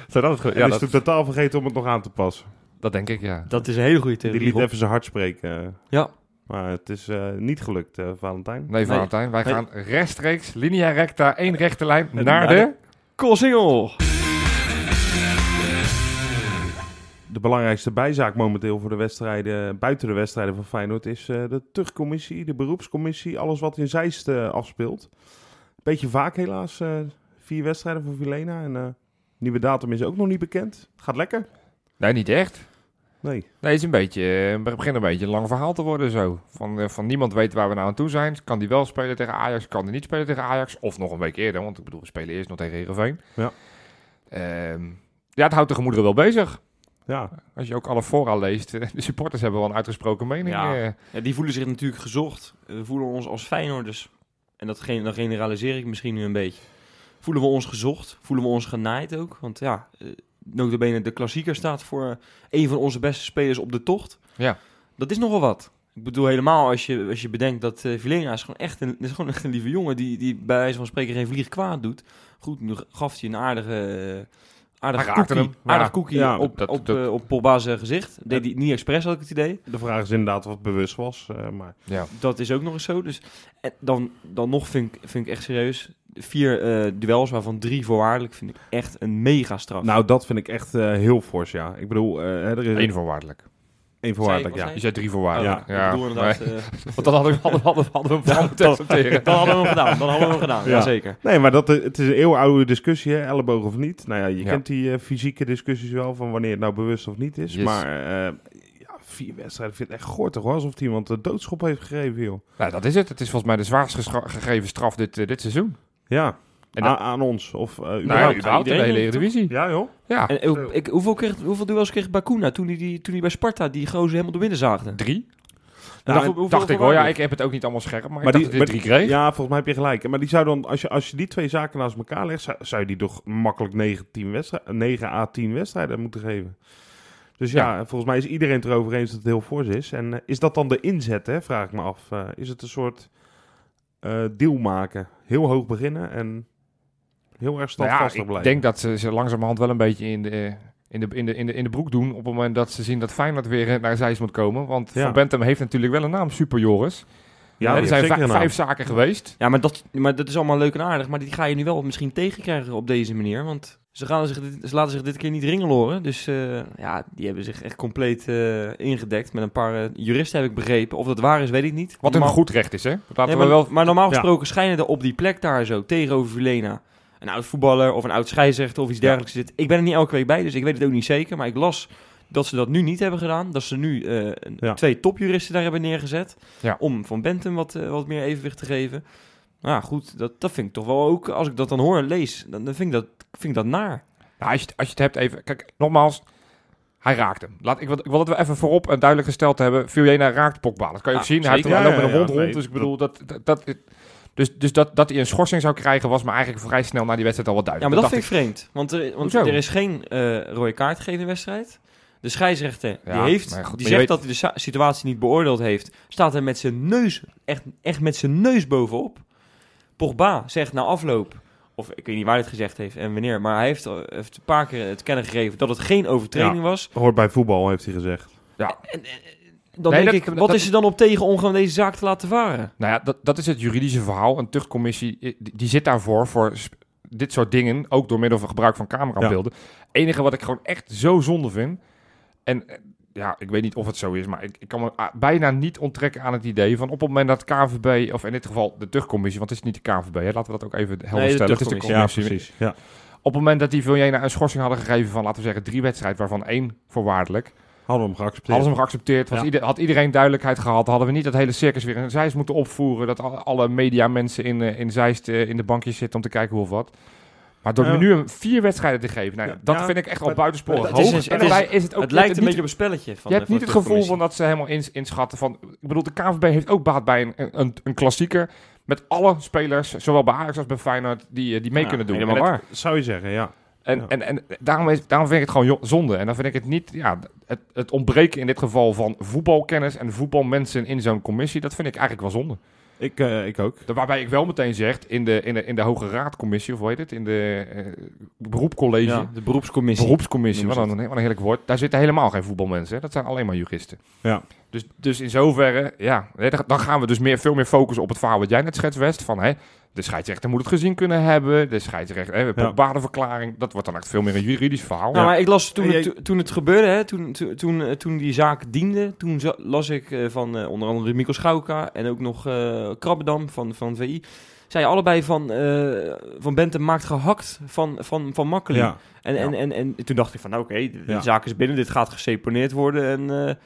[SPEAKER 2] Zou dat het ge-
[SPEAKER 1] en
[SPEAKER 2] ja,
[SPEAKER 1] is
[SPEAKER 2] dat,
[SPEAKER 1] toen totaal vergeten om het nog aan te passen.
[SPEAKER 2] dat denk ik, ja.
[SPEAKER 3] Dat is een hele goede
[SPEAKER 1] Die
[SPEAKER 3] theorie.
[SPEAKER 1] liet
[SPEAKER 3] Rob.
[SPEAKER 1] even zijn hart spreken. eh.
[SPEAKER 3] Ja.
[SPEAKER 1] Maar het is eh, niet gelukt, eh, Valentijn.
[SPEAKER 2] Nee, Valentijn, wij
[SPEAKER 3] Nee.
[SPEAKER 2] gaan rechtstreeks, linea recta, één rechte lijn, naar,
[SPEAKER 3] naar
[SPEAKER 2] de...
[SPEAKER 3] de- Koolsingel.
[SPEAKER 1] De belangrijkste bijzaak momenteel voor de wedstrijden, buiten de wedstrijden van Feyenoord, is eh, de tuchtcommissie, de beroepscommissie, alles wat in Zeist eh, afspeelt. Beetje vaak helaas, eh, vier wedstrijden voor Vilena en eh, nieuwe datum is ook nog niet bekend. Gaat lekker?
[SPEAKER 2] Nee, niet echt.
[SPEAKER 1] Nee.
[SPEAKER 2] Nee, het is een beetje, eh, het begint een beetje een lang verhaal te worden zo. Van, eh, van niemand weet waar we nou aan toe zijn. Kan die wel spelen tegen Ajax, kan die niet spelen tegen Ajax. Of nog een week eerder, want ik bedoel, we spelen eerst nog tegen Heerenveen.
[SPEAKER 1] Ja.
[SPEAKER 2] Ehm, ja, het houdt de gemoederen wel bezig.
[SPEAKER 1] Ja,
[SPEAKER 2] Als je ook alle fora leest, eh, de supporters hebben wel een uitgesproken mening.
[SPEAKER 3] Ja.
[SPEAKER 2] eh.
[SPEAKER 3] Ja, die voelen zich natuurlijk gezocht. We voelen ons als Feyenoorders, en dat gen- dan generaliseer ik misschien nu een beetje, voelen we ons gezocht, voelen we ons genaaid ook. Want ja, eh, notabene de klassieker staat voor een van onze beste spelers op de tocht.
[SPEAKER 2] Ja.
[SPEAKER 3] Dat is nogal wat. Ik bedoel helemaal als je, als je bedenkt dat eh Vilena is gewoon echt een, is gewoon echt een lieve jongen die, die bij wijze van spreken geen vlieg kwaad doet. Goed, nu gaf hij een aardige... eh, Aardige
[SPEAKER 2] Hij raakte
[SPEAKER 3] cookie,
[SPEAKER 2] hem, maar-
[SPEAKER 3] aardig cookie
[SPEAKER 1] Ja,
[SPEAKER 3] op,
[SPEAKER 2] dat-
[SPEAKER 3] op,
[SPEAKER 2] dat-
[SPEAKER 3] eh, op Pogba's eh, gezicht. Deed hij niet expres, had ik het idee.
[SPEAKER 1] de vraag is inderdaad wat bewust was, eh, maar
[SPEAKER 2] ja.
[SPEAKER 3] Dat is ook nog eens zo. Dus en dan, dan nog vind ik, vind ik echt serieus. Vier eh, duels, waarvan drie voorwaardelijk, vind ik echt een mega straf.
[SPEAKER 1] nou dat vind ik echt eh, heel fors, ja. Ik bedoel, eh, hè, er is
[SPEAKER 2] Eén voorwaardelijk.
[SPEAKER 1] één voorwaardelijk,
[SPEAKER 3] Zij-
[SPEAKER 1] ja.
[SPEAKER 2] Je zei drie voorwaardelijk.
[SPEAKER 3] ja,
[SPEAKER 2] Ja,
[SPEAKER 3] ik bedoel inderdaad. eh,
[SPEAKER 2] Want dan hadden we, hadden we, hadden we- hadden we hem vooral moeten accepteren.
[SPEAKER 3] dan hadden we hem gedaan. Dan hadden we hem gedaan.
[SPEAKER 1] Ja.
[SPEAKER 3] Jazeker.
[SPEAKER 1] Nee, maar dat, eh, het is een eeuwenoude discussie, hè? elleboog of niet. Nou ja, je
[SPEAKER 2] Ja.
[SPEAKER 1] kent die eh, fysieke discussies wel van wanneer het nou bewust of niet is.
[SPEAKER 2] Yes.
[SPEAKER 1] Maar eh, ja, vier wedstrijden vind ik echt goor toch, hoor. alsof het iemand een doodschop heeft gegeven, joh.
[SPEAKER 2] Nou, dat is het. Het is volgens mij de zwaarst gescha- gegeven straf dit, eh, dit seizoen.
[SPEAKER 1] Ja,
[SPEAKER 2] En
[SPEAKER 1] A-
[SPEAKER 2] dat-
[SPEAKER 1] aan ons. Of, eh,
[SPEAKER 2] Nou, ja,
[SPEAKER 1] überhaupt.
[SPEAKER 2] überhaupt in de hele
[SPEAKER 3] iedereen,
[SPEAKER 1] eh,
[SPEAKER 2] Eredivisie.
[SPEAKER 1] ja, joh.
[SPEAKER 2] Ja,
[SPEAKER 3] En ook- ik, hoeveel, kreeg, hoeveel duels kreeg Bakuna toen hij, die, toen hij bij Sparta die gozer helemaal door binnen zaagde?
[SPEAKER 2] drie.
[SPEAKER 1] Nou,
[SPEAKER 2] dacht,
[SPEAKER 1] en-
[SPEAKER 3] hoeveel
[SPEAKER 2] dacht ik wel. Ja,
[SPEAKER 3] voorwaardelijk?
[SPEAKER 2] ik heb het ook niet allemaal scherp, maar,
[SPEAKER 1] Maar
[SPEAKER 2] ik dacht
[SPEAKER 1] die-
[SPEAKER 2] dat ik
[SPEAKER 1] maar-
[SPEAKER 2] drie kreeg.
[SPEAKER 1] Ja, volgens mij heb je gelijk. Maar die zou dan, als je, als je die twee zaken naast elkaar legt, zou, zou je die toch makkelijk 9, 10 wedstrij- 9 à 10 wedstrijden moeten geven. Dus ja, volgens mij is iedereen het erover eens dat het heel fors is. En eh, is dat dan de inzet, hè, vraag ik me af. Eh, is het een soort eh, deal maken? Heel hoog beginnen en heel erg
[SPEAKER 2] Nou ja,
[SPEAKER 1] standvastig
[SPEAKER 2] ik
[SPEAKER 1] blijven.
[SPEAKER 2] denk dat ze, ze langzamerhand wel een beetje in de, eh, in, de, in, de, in, de, in de broek doen... op het moment dat ze zien dat Feyenoord weer eh, naar Zeist moet komen. Want
[SPEAKER 1] Ja.
[SPEAKER 2] Van Bentham heeft natuurlijk wel een naam, Super Joris.
[SPEAKER 1] ja,
[SPEAKER 2] Eh, er
[SPEAKER 1] die
[SPEAKER 2] zijn
[SPEAKER 1] heeft zeker
[SPEAKER 2] vij-
[SPEAKER 1] een
[SPEAKER 2] vijf zaken geweest.
[SPEAKER 3] Ja, maar dat, maar dat is allemaal leuk en aardig. Maar die ga je nu wel misschien tegenkrijgen op deze manier. Want ze, gaan zich dit, ze laten zich dit keer niet ringeloren. Dus eh, ja, die hebben zich echt compleet eh, ingedekt. Met een paar eh, juristen heb ik begrepen. Of dat waar is, weet ik niet.
[SPEAKER 2] Wat een
[SPEAKER 3] Normaal-
[SPEAKER 2] goed recht is, hè? Dat Laten
[SPEAKER 3] Nee,
[SPEAKER 2] we
[SPEAKER 3] maar,
[SPEAKER 2] wel...
[SPEAKER 3] maar normaal
[SPEAKER 1] Ja.
[SPEAKER 3] gesproken schijnen er op die plek daar zo tegenover Vilena een oud voetballer of een oud scheidsrechter of iets dergelijks zit. Ik ben er niet elke week bij, dus ik weet het ook niet zeker. Maar ik las dat ze dat nu niet hebben gedaan. Dat ze nu eh, een-
[SPEAKER 1] Ja.
[SPEAKER 3] twee topjuristen daar hebben neergezet.
[SPEAKER 2] Ja.
[SPEAKER 3] Om van Bentham wat, eh, wat meer evenwicht te geven. Nou ja, goed, dat, dat vind ik toch wel ook. Als ik dat dan hoor en lees, dan, dan vind, ik dat, vind ik dat naar.
[SPEAKER 2] Nou, als, je, het- als je het hebt even... Kijk, nogmaals, hij raakt hem. Laat, ik, wil, ik wil dat we even voorop en duidelijk gesteld hebben. Villena raakt Pogba. Dat kan je
[SPEAKER 3] Ja,
[SPEAKER 2] ook zien. Hij heeft
[SPEAKER 1] zeker.
[SPEAKER 2] hem
[SPEAKER 1] Ja,
[SPEAKER 2] met
[SPEAKER 1] ja,
[SPEAKER 2] een hond
[SPEAKER 1] ja,
[SPEAKER 2] rond.
[SPEAKER 1] nee,
[SPEAKER 2] dus ik bedoel, dat... dat, dat dus, dus dat, dat hij een schorsing zou krijgen was me eigenlijk vrij snel na die wedstrijd al wat
[SPEAKER 3] Ja,
[SPEAKER 2] duidelijk.
[SPEAKER 3] maar dat vind ik
[SPEAKER 2] dacht
[SPEAKER 3] vreemd. Want er, want
[SPEAKER 2] Hoezo?
[SPEAKER 3] er is geen eh rode kaart gegeven in de wedstrijd. De scheidsrechter die
[SPEAKER 2] Ja,
[SPEAKER 3] heeft,
[SPEAKER 2] maar goed,
[SPEAKER 3] die
[SPEAKER 2] maar
[SPEAKER 3] zegt
[SPEAKER 2] je
[SPEAKER 3] dat hij de sa- situatie niet beoordeeld heeft, staat er met zijn neus, echt, echt met zijn neus bovenop. Pogba zegt na afloop, Of ik weet niet waar hij het gezegd heeft en wanneer. Maar hij heeft, eh, heeft een paar keer het kennen gegeven dat het geen overtreding
[SPEAKER 1] Ja.
[SPEAKER 3] was.
[SPEAKER 1] Hoort bij voetbal, heeft hij gezegd.
[SPEAKER 3] Dan
[SPEAKER 2] Nee,
[SPEAKER 3] denk
[SPEAKER 2] dat-
[SPEAKER 3] ik, wat
[SPEAKER 2] dat-
[SPEAKER 3] is er dan op tegen om gewoon deze zaak te laten varen?
[SPEAKER 2] Nou ja, dat, dat is het juridische verhaal. Een tuchtcommissie eh, die, die zit daarvoor voor sp- dit soort dingen, ook door middel van gebruik van camerabeelden. Het enige wat ik gewoon echt zo zonde vind, en eh, ja, ik weet niet of het zo is, maar ik, ik kan me ah, bijna niet onttrekken aan het idee van op het moment dat KVB, of in dit geval de tuchtcommissie, want het is niet de KVB, hè, laten we dat ook even helder
[SPEAKER 3] Nee, de
[SPEAKER 2] stellen. Het is de
[SPEAKER 3] tuchtcommissie.
[SPEAKER 1] Ja, precies.
[SPEAKER 2] commissie.
[SPEAKER 1] Ja.
[SPEAKER 2] op het moment dat die Viljena een schorsing hadden gegeven van, laten we zeggen, drie wedstrijden, waarvan één voorwaardelijk,
[SPEAKER 1] Hadden we hem geaccepteerd.
[SPEAKER 2] Hadden ze hem geaccepteerd, was
[SPEAKER 1] Ja.
[SPEAKER 2] ieder- had iedereen duidelijkheid gehad, hadden we niet dat hele circus weer in Zeist moeten opvoeren, dat al- alle mediamensen in, eh, in Zeist eh, in de bankjes zitten om te kijken hoe of wat. Maar door
[SPEAKER 1] Ja.
[SPEAKER 2] nu hem vier wedstrijden te geven, nou,
[SPEAKER 1] Ja.
[SPEAKER 2] dat
[SPEAKER 1] Ja.
[SPEAKER 2] vind ik echt al
[SPEAKER 1] Maar-
[SPEAKER 2] buitensporig
[SPEAKER 1] maar
[SPEAKER 2] hoog.
[SPEAKER 1] het is
[SPEAKER 3] een- het
[SPEAKER 2] en
[SPEAKER 3] is-
[SPEAKER 2] daarbij is het ook
[SPEAKER 3] het lijkt
[SPEAKER 2] niet-
[SPEAKER 3] een beetje op een spelletje. Van
[SPEAKER 2] je
[SPEAKER 3] de-
[SPEAKER 2] hebt
[SPEAKER 3] van eh,
[SPEAKER 2] niet
[SPEAKER 3] de
[SPEAKER 2] het gevoel van
[SPEAKER 3] tuchtcommissie.
[SPEAKER 2] dat ze helemaal ins- inschatten van... Ik bedoel, de KVB heeft ook baat bij een, een, een klassieker met alle spelers, zowel bij Ajax als bij Feyenoord, die, eh, die mee
[SPEAKER 3] Ja,
[SPEAKER 2] kunnen doen.
[SPEAKER 3] helemaal
[SPEAKER 2] En dat-
[SPEAKER 3] waar.
[SPEAKER 1] Zou je zeggen, ja.
[SPEAKER 2] en,
[SPEAKER 1] Ja.
[SPEAKER 2] en, en daarom, is, daarom vind ik het gewoon jo- zonde. En dan vind ik het niet... Ja, het, het ontbreken in dit geval van voetbalkennis en voetbalmensen in zo'n commissie... dat vind ik eigenlijk wel zonde.
[SPEAKER 1] Ik, eh, ik ook.
[SPEAKER 2] Da- Waarbij ik wel meteen zeg, in de, in de, in de Hoge Raadcommissie... of hoe heet het? In de eh, beroepcollege...
[SPEAKER 3] Ja, de beroepscommissie.
[SPEAKER 2] Beroepscommissie, wat
[SPEAKER 3] Noemen
[SPEAKER 2] een,
[SPEAKER 3] ze
[SPEAKER 2] wat een heerlijk woord. Daar zitten helemaal geen voetbalmensen. hè. Dat zijn alleen maar juristen.
[SPEAKER 1] Ja.
[SPEAKER 2] Dus, dus in zoverre, ja, hè, dan- dan gaan we dus meer, veel meer focussen op het verhaal wat jij net schetst, West. Van, hè, de scheidsrechter moet het gezien kunnen hebben. De scheidsrechter, hè,
[SPEAKER 1] Ja.
[SPEAKER 2] badenverklaring. Dat wordt dan echt veel meer een juridisch verhaal.
[SPEAKER 3] Nou, maar ik las toen,
[SPEAKER 1] En
[SPEAKER 3] het,
[SPEAKER 1] jij-
[SPEAKER 3] to- toen het gebeurde, hè, toen, to- toen, eh, toen die zaak diende, toen za- las ik eh, van eh, onder andere Mikkel Schouka en ook nog eh Krabbedam van, van VI. Zij allebei van, eh, van Bente maakt gehakt van, van, van Makkeli.
[SPEAKER 1] Ja.
[SPEAKER 3] En, en,
[SPEAKER 2] Ja.
[SPEAKER 3] en, en toen dacht ik van, nou, oké, de, de
[SPEAKER 1] Ja.
[SPEAKER 3] zaak is binnen, dit gaat geseponeerd worden. En,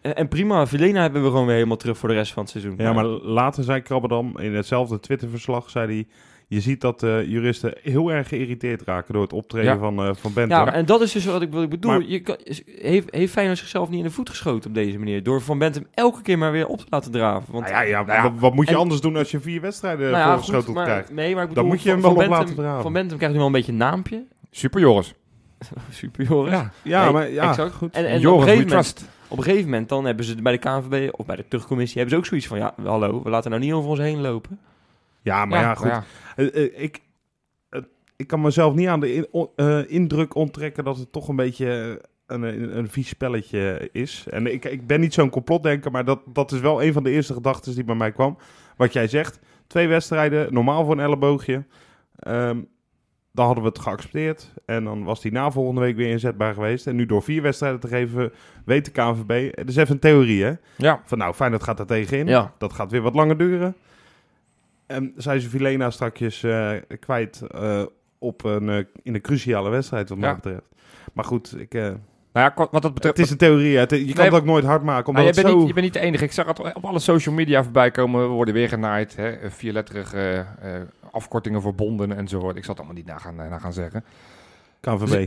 [SPEAKER 3] eh, en prima, Vilena hebben we gewoon weer helemaal terug voor de rest van het seizoen.
[SPEAKER 1] Ja, maar later zei Krabbedam in hetzelfde Twitterverslag, zei hij... Je ziet dat eh, juristen heel erg geïrriteerd raken door het optreden
[SPEAKER 2] Ja.
[SPEAKER 1] van, eh van Bente.
[SPEAKER 3] Ja, en dat is dus wat ik, wat ik bedoel.
[SPEAKER 1] Maar-
[SPEAKER 3] je kan, is- heeft, heeft Feyenoord zichzelf niet in de voet geschoten op deze manier? Door Van Bentum elke keer maar weer op te laten draven. Want,
[SPEAKER 1] Nou ja, eh, ja,
[SPEAKER 2] nou ja,
[SPEAKER 1] wat, wat moet je
[SPEAKER 3] en-
[SPEAKER 1] anders doen als je vier wedstrijden
[SPEAKER 3] Nou ja,
[SPEAKER 1] voorgeschoteld
[SPEAKER 3] goed, maar-
[SPEAKER 1] krijgt?
[SPEAKER 3] Nee, maar ik bedoel,
[SPEAKER 1] Dan moet je hem
[SPEAKER 3] Van-
[SPEAKER 1] wel
[SPEAKER 3] Van
[SPEAKER 1] op laten
[SPEAKER 3] Bentum-
[SPEAKER 1] draven.
[SPEAKER 3] Van Bentum krijgt nu wel een beetje een naampje.
[SPEAKER 2] Super Joris.
[SPEAKER 3] Super, Joris.
[SPEAKER 1] Ja,
[SPEAKER 3] Nee,
[SPEAKER 1] maar ja,
[SPEAKER 2] exact.
[SPEAKER 1] goed.
[SPEAKER 3] En, en op, een
[SPEAKER 2] Joris, we
[SPEAKER 3] gegeven moment,
[SPEAKER 2] trust.
[SPEAKER 3] op een gegeven moment dan hebben ze bij de KNVB of bij de terugcommissie hebben ze ook zoiets van, ja, hallo, we laten nou niet over ons heen lopen.
[SPEAKER 1] Ja, maar ja, goed.
[SPEAKER 2] nou
[SPEAKER 1] Eh, eh, ik, eh, ik kan mezelf niet aan de in- on- eh, indruk onttrekken dat het toch een beetje eh, een, een, een vies spelletje is. En ik, ik ben niet zo'n complotdenker, maar dat, dat is wel een van de eerste gedachten die bij mij kwam. Wat jij zegt, twee wedstrijden, normaal voor een elleboogje. Ehm, dan hadden we het geaccepteerd. En dan was die na volgende week weer inzetbaar geweest. En nu door vier wedstrijden te geven, weet de KNVB. Het is even een theorie, hè?
[SPEAKER 2] Ja.
[SPEAKER 1] Van nou, fijn dat gaat daar tegenin.
[SPEAKER 3] Ja.
[SPEAKER 1] Dat gaat weer wat langer duren. En Ehm, zijn ze Vilena strakjes eh, kwijt eh, op een, eh, in een cruciale wedstrijd, wat mij
[SPEAKER 2] Ja.
[SPEAKER 1] betreft. Maar goed, ik, eh,
[SPEAKER 2] Nou ja, wat- wat dat betreft...
[SPEAKER 1] het is een theorie. hè. Het- je kan
[SPEAKER 2] Nee,
[SPEAKER 1] het ook nooit hard maken, omdat
[SPEAKER 2] Maar
[SPEAKER 1] het
[SPEAKER 2] je, bent
[SPEAKER 1] zo...
[SPEAKER 2] niet, je bent niet de enige. Ik zag het op alle social media voorbij komen. We worden weer genaaid. Hè? Vierletterige eh, eh, afkortingen voor bonden enzovoort. Ik zal het allemaal niet na gaan, eh, na gaan zeggen.
[SPEAKER 1] KNVB.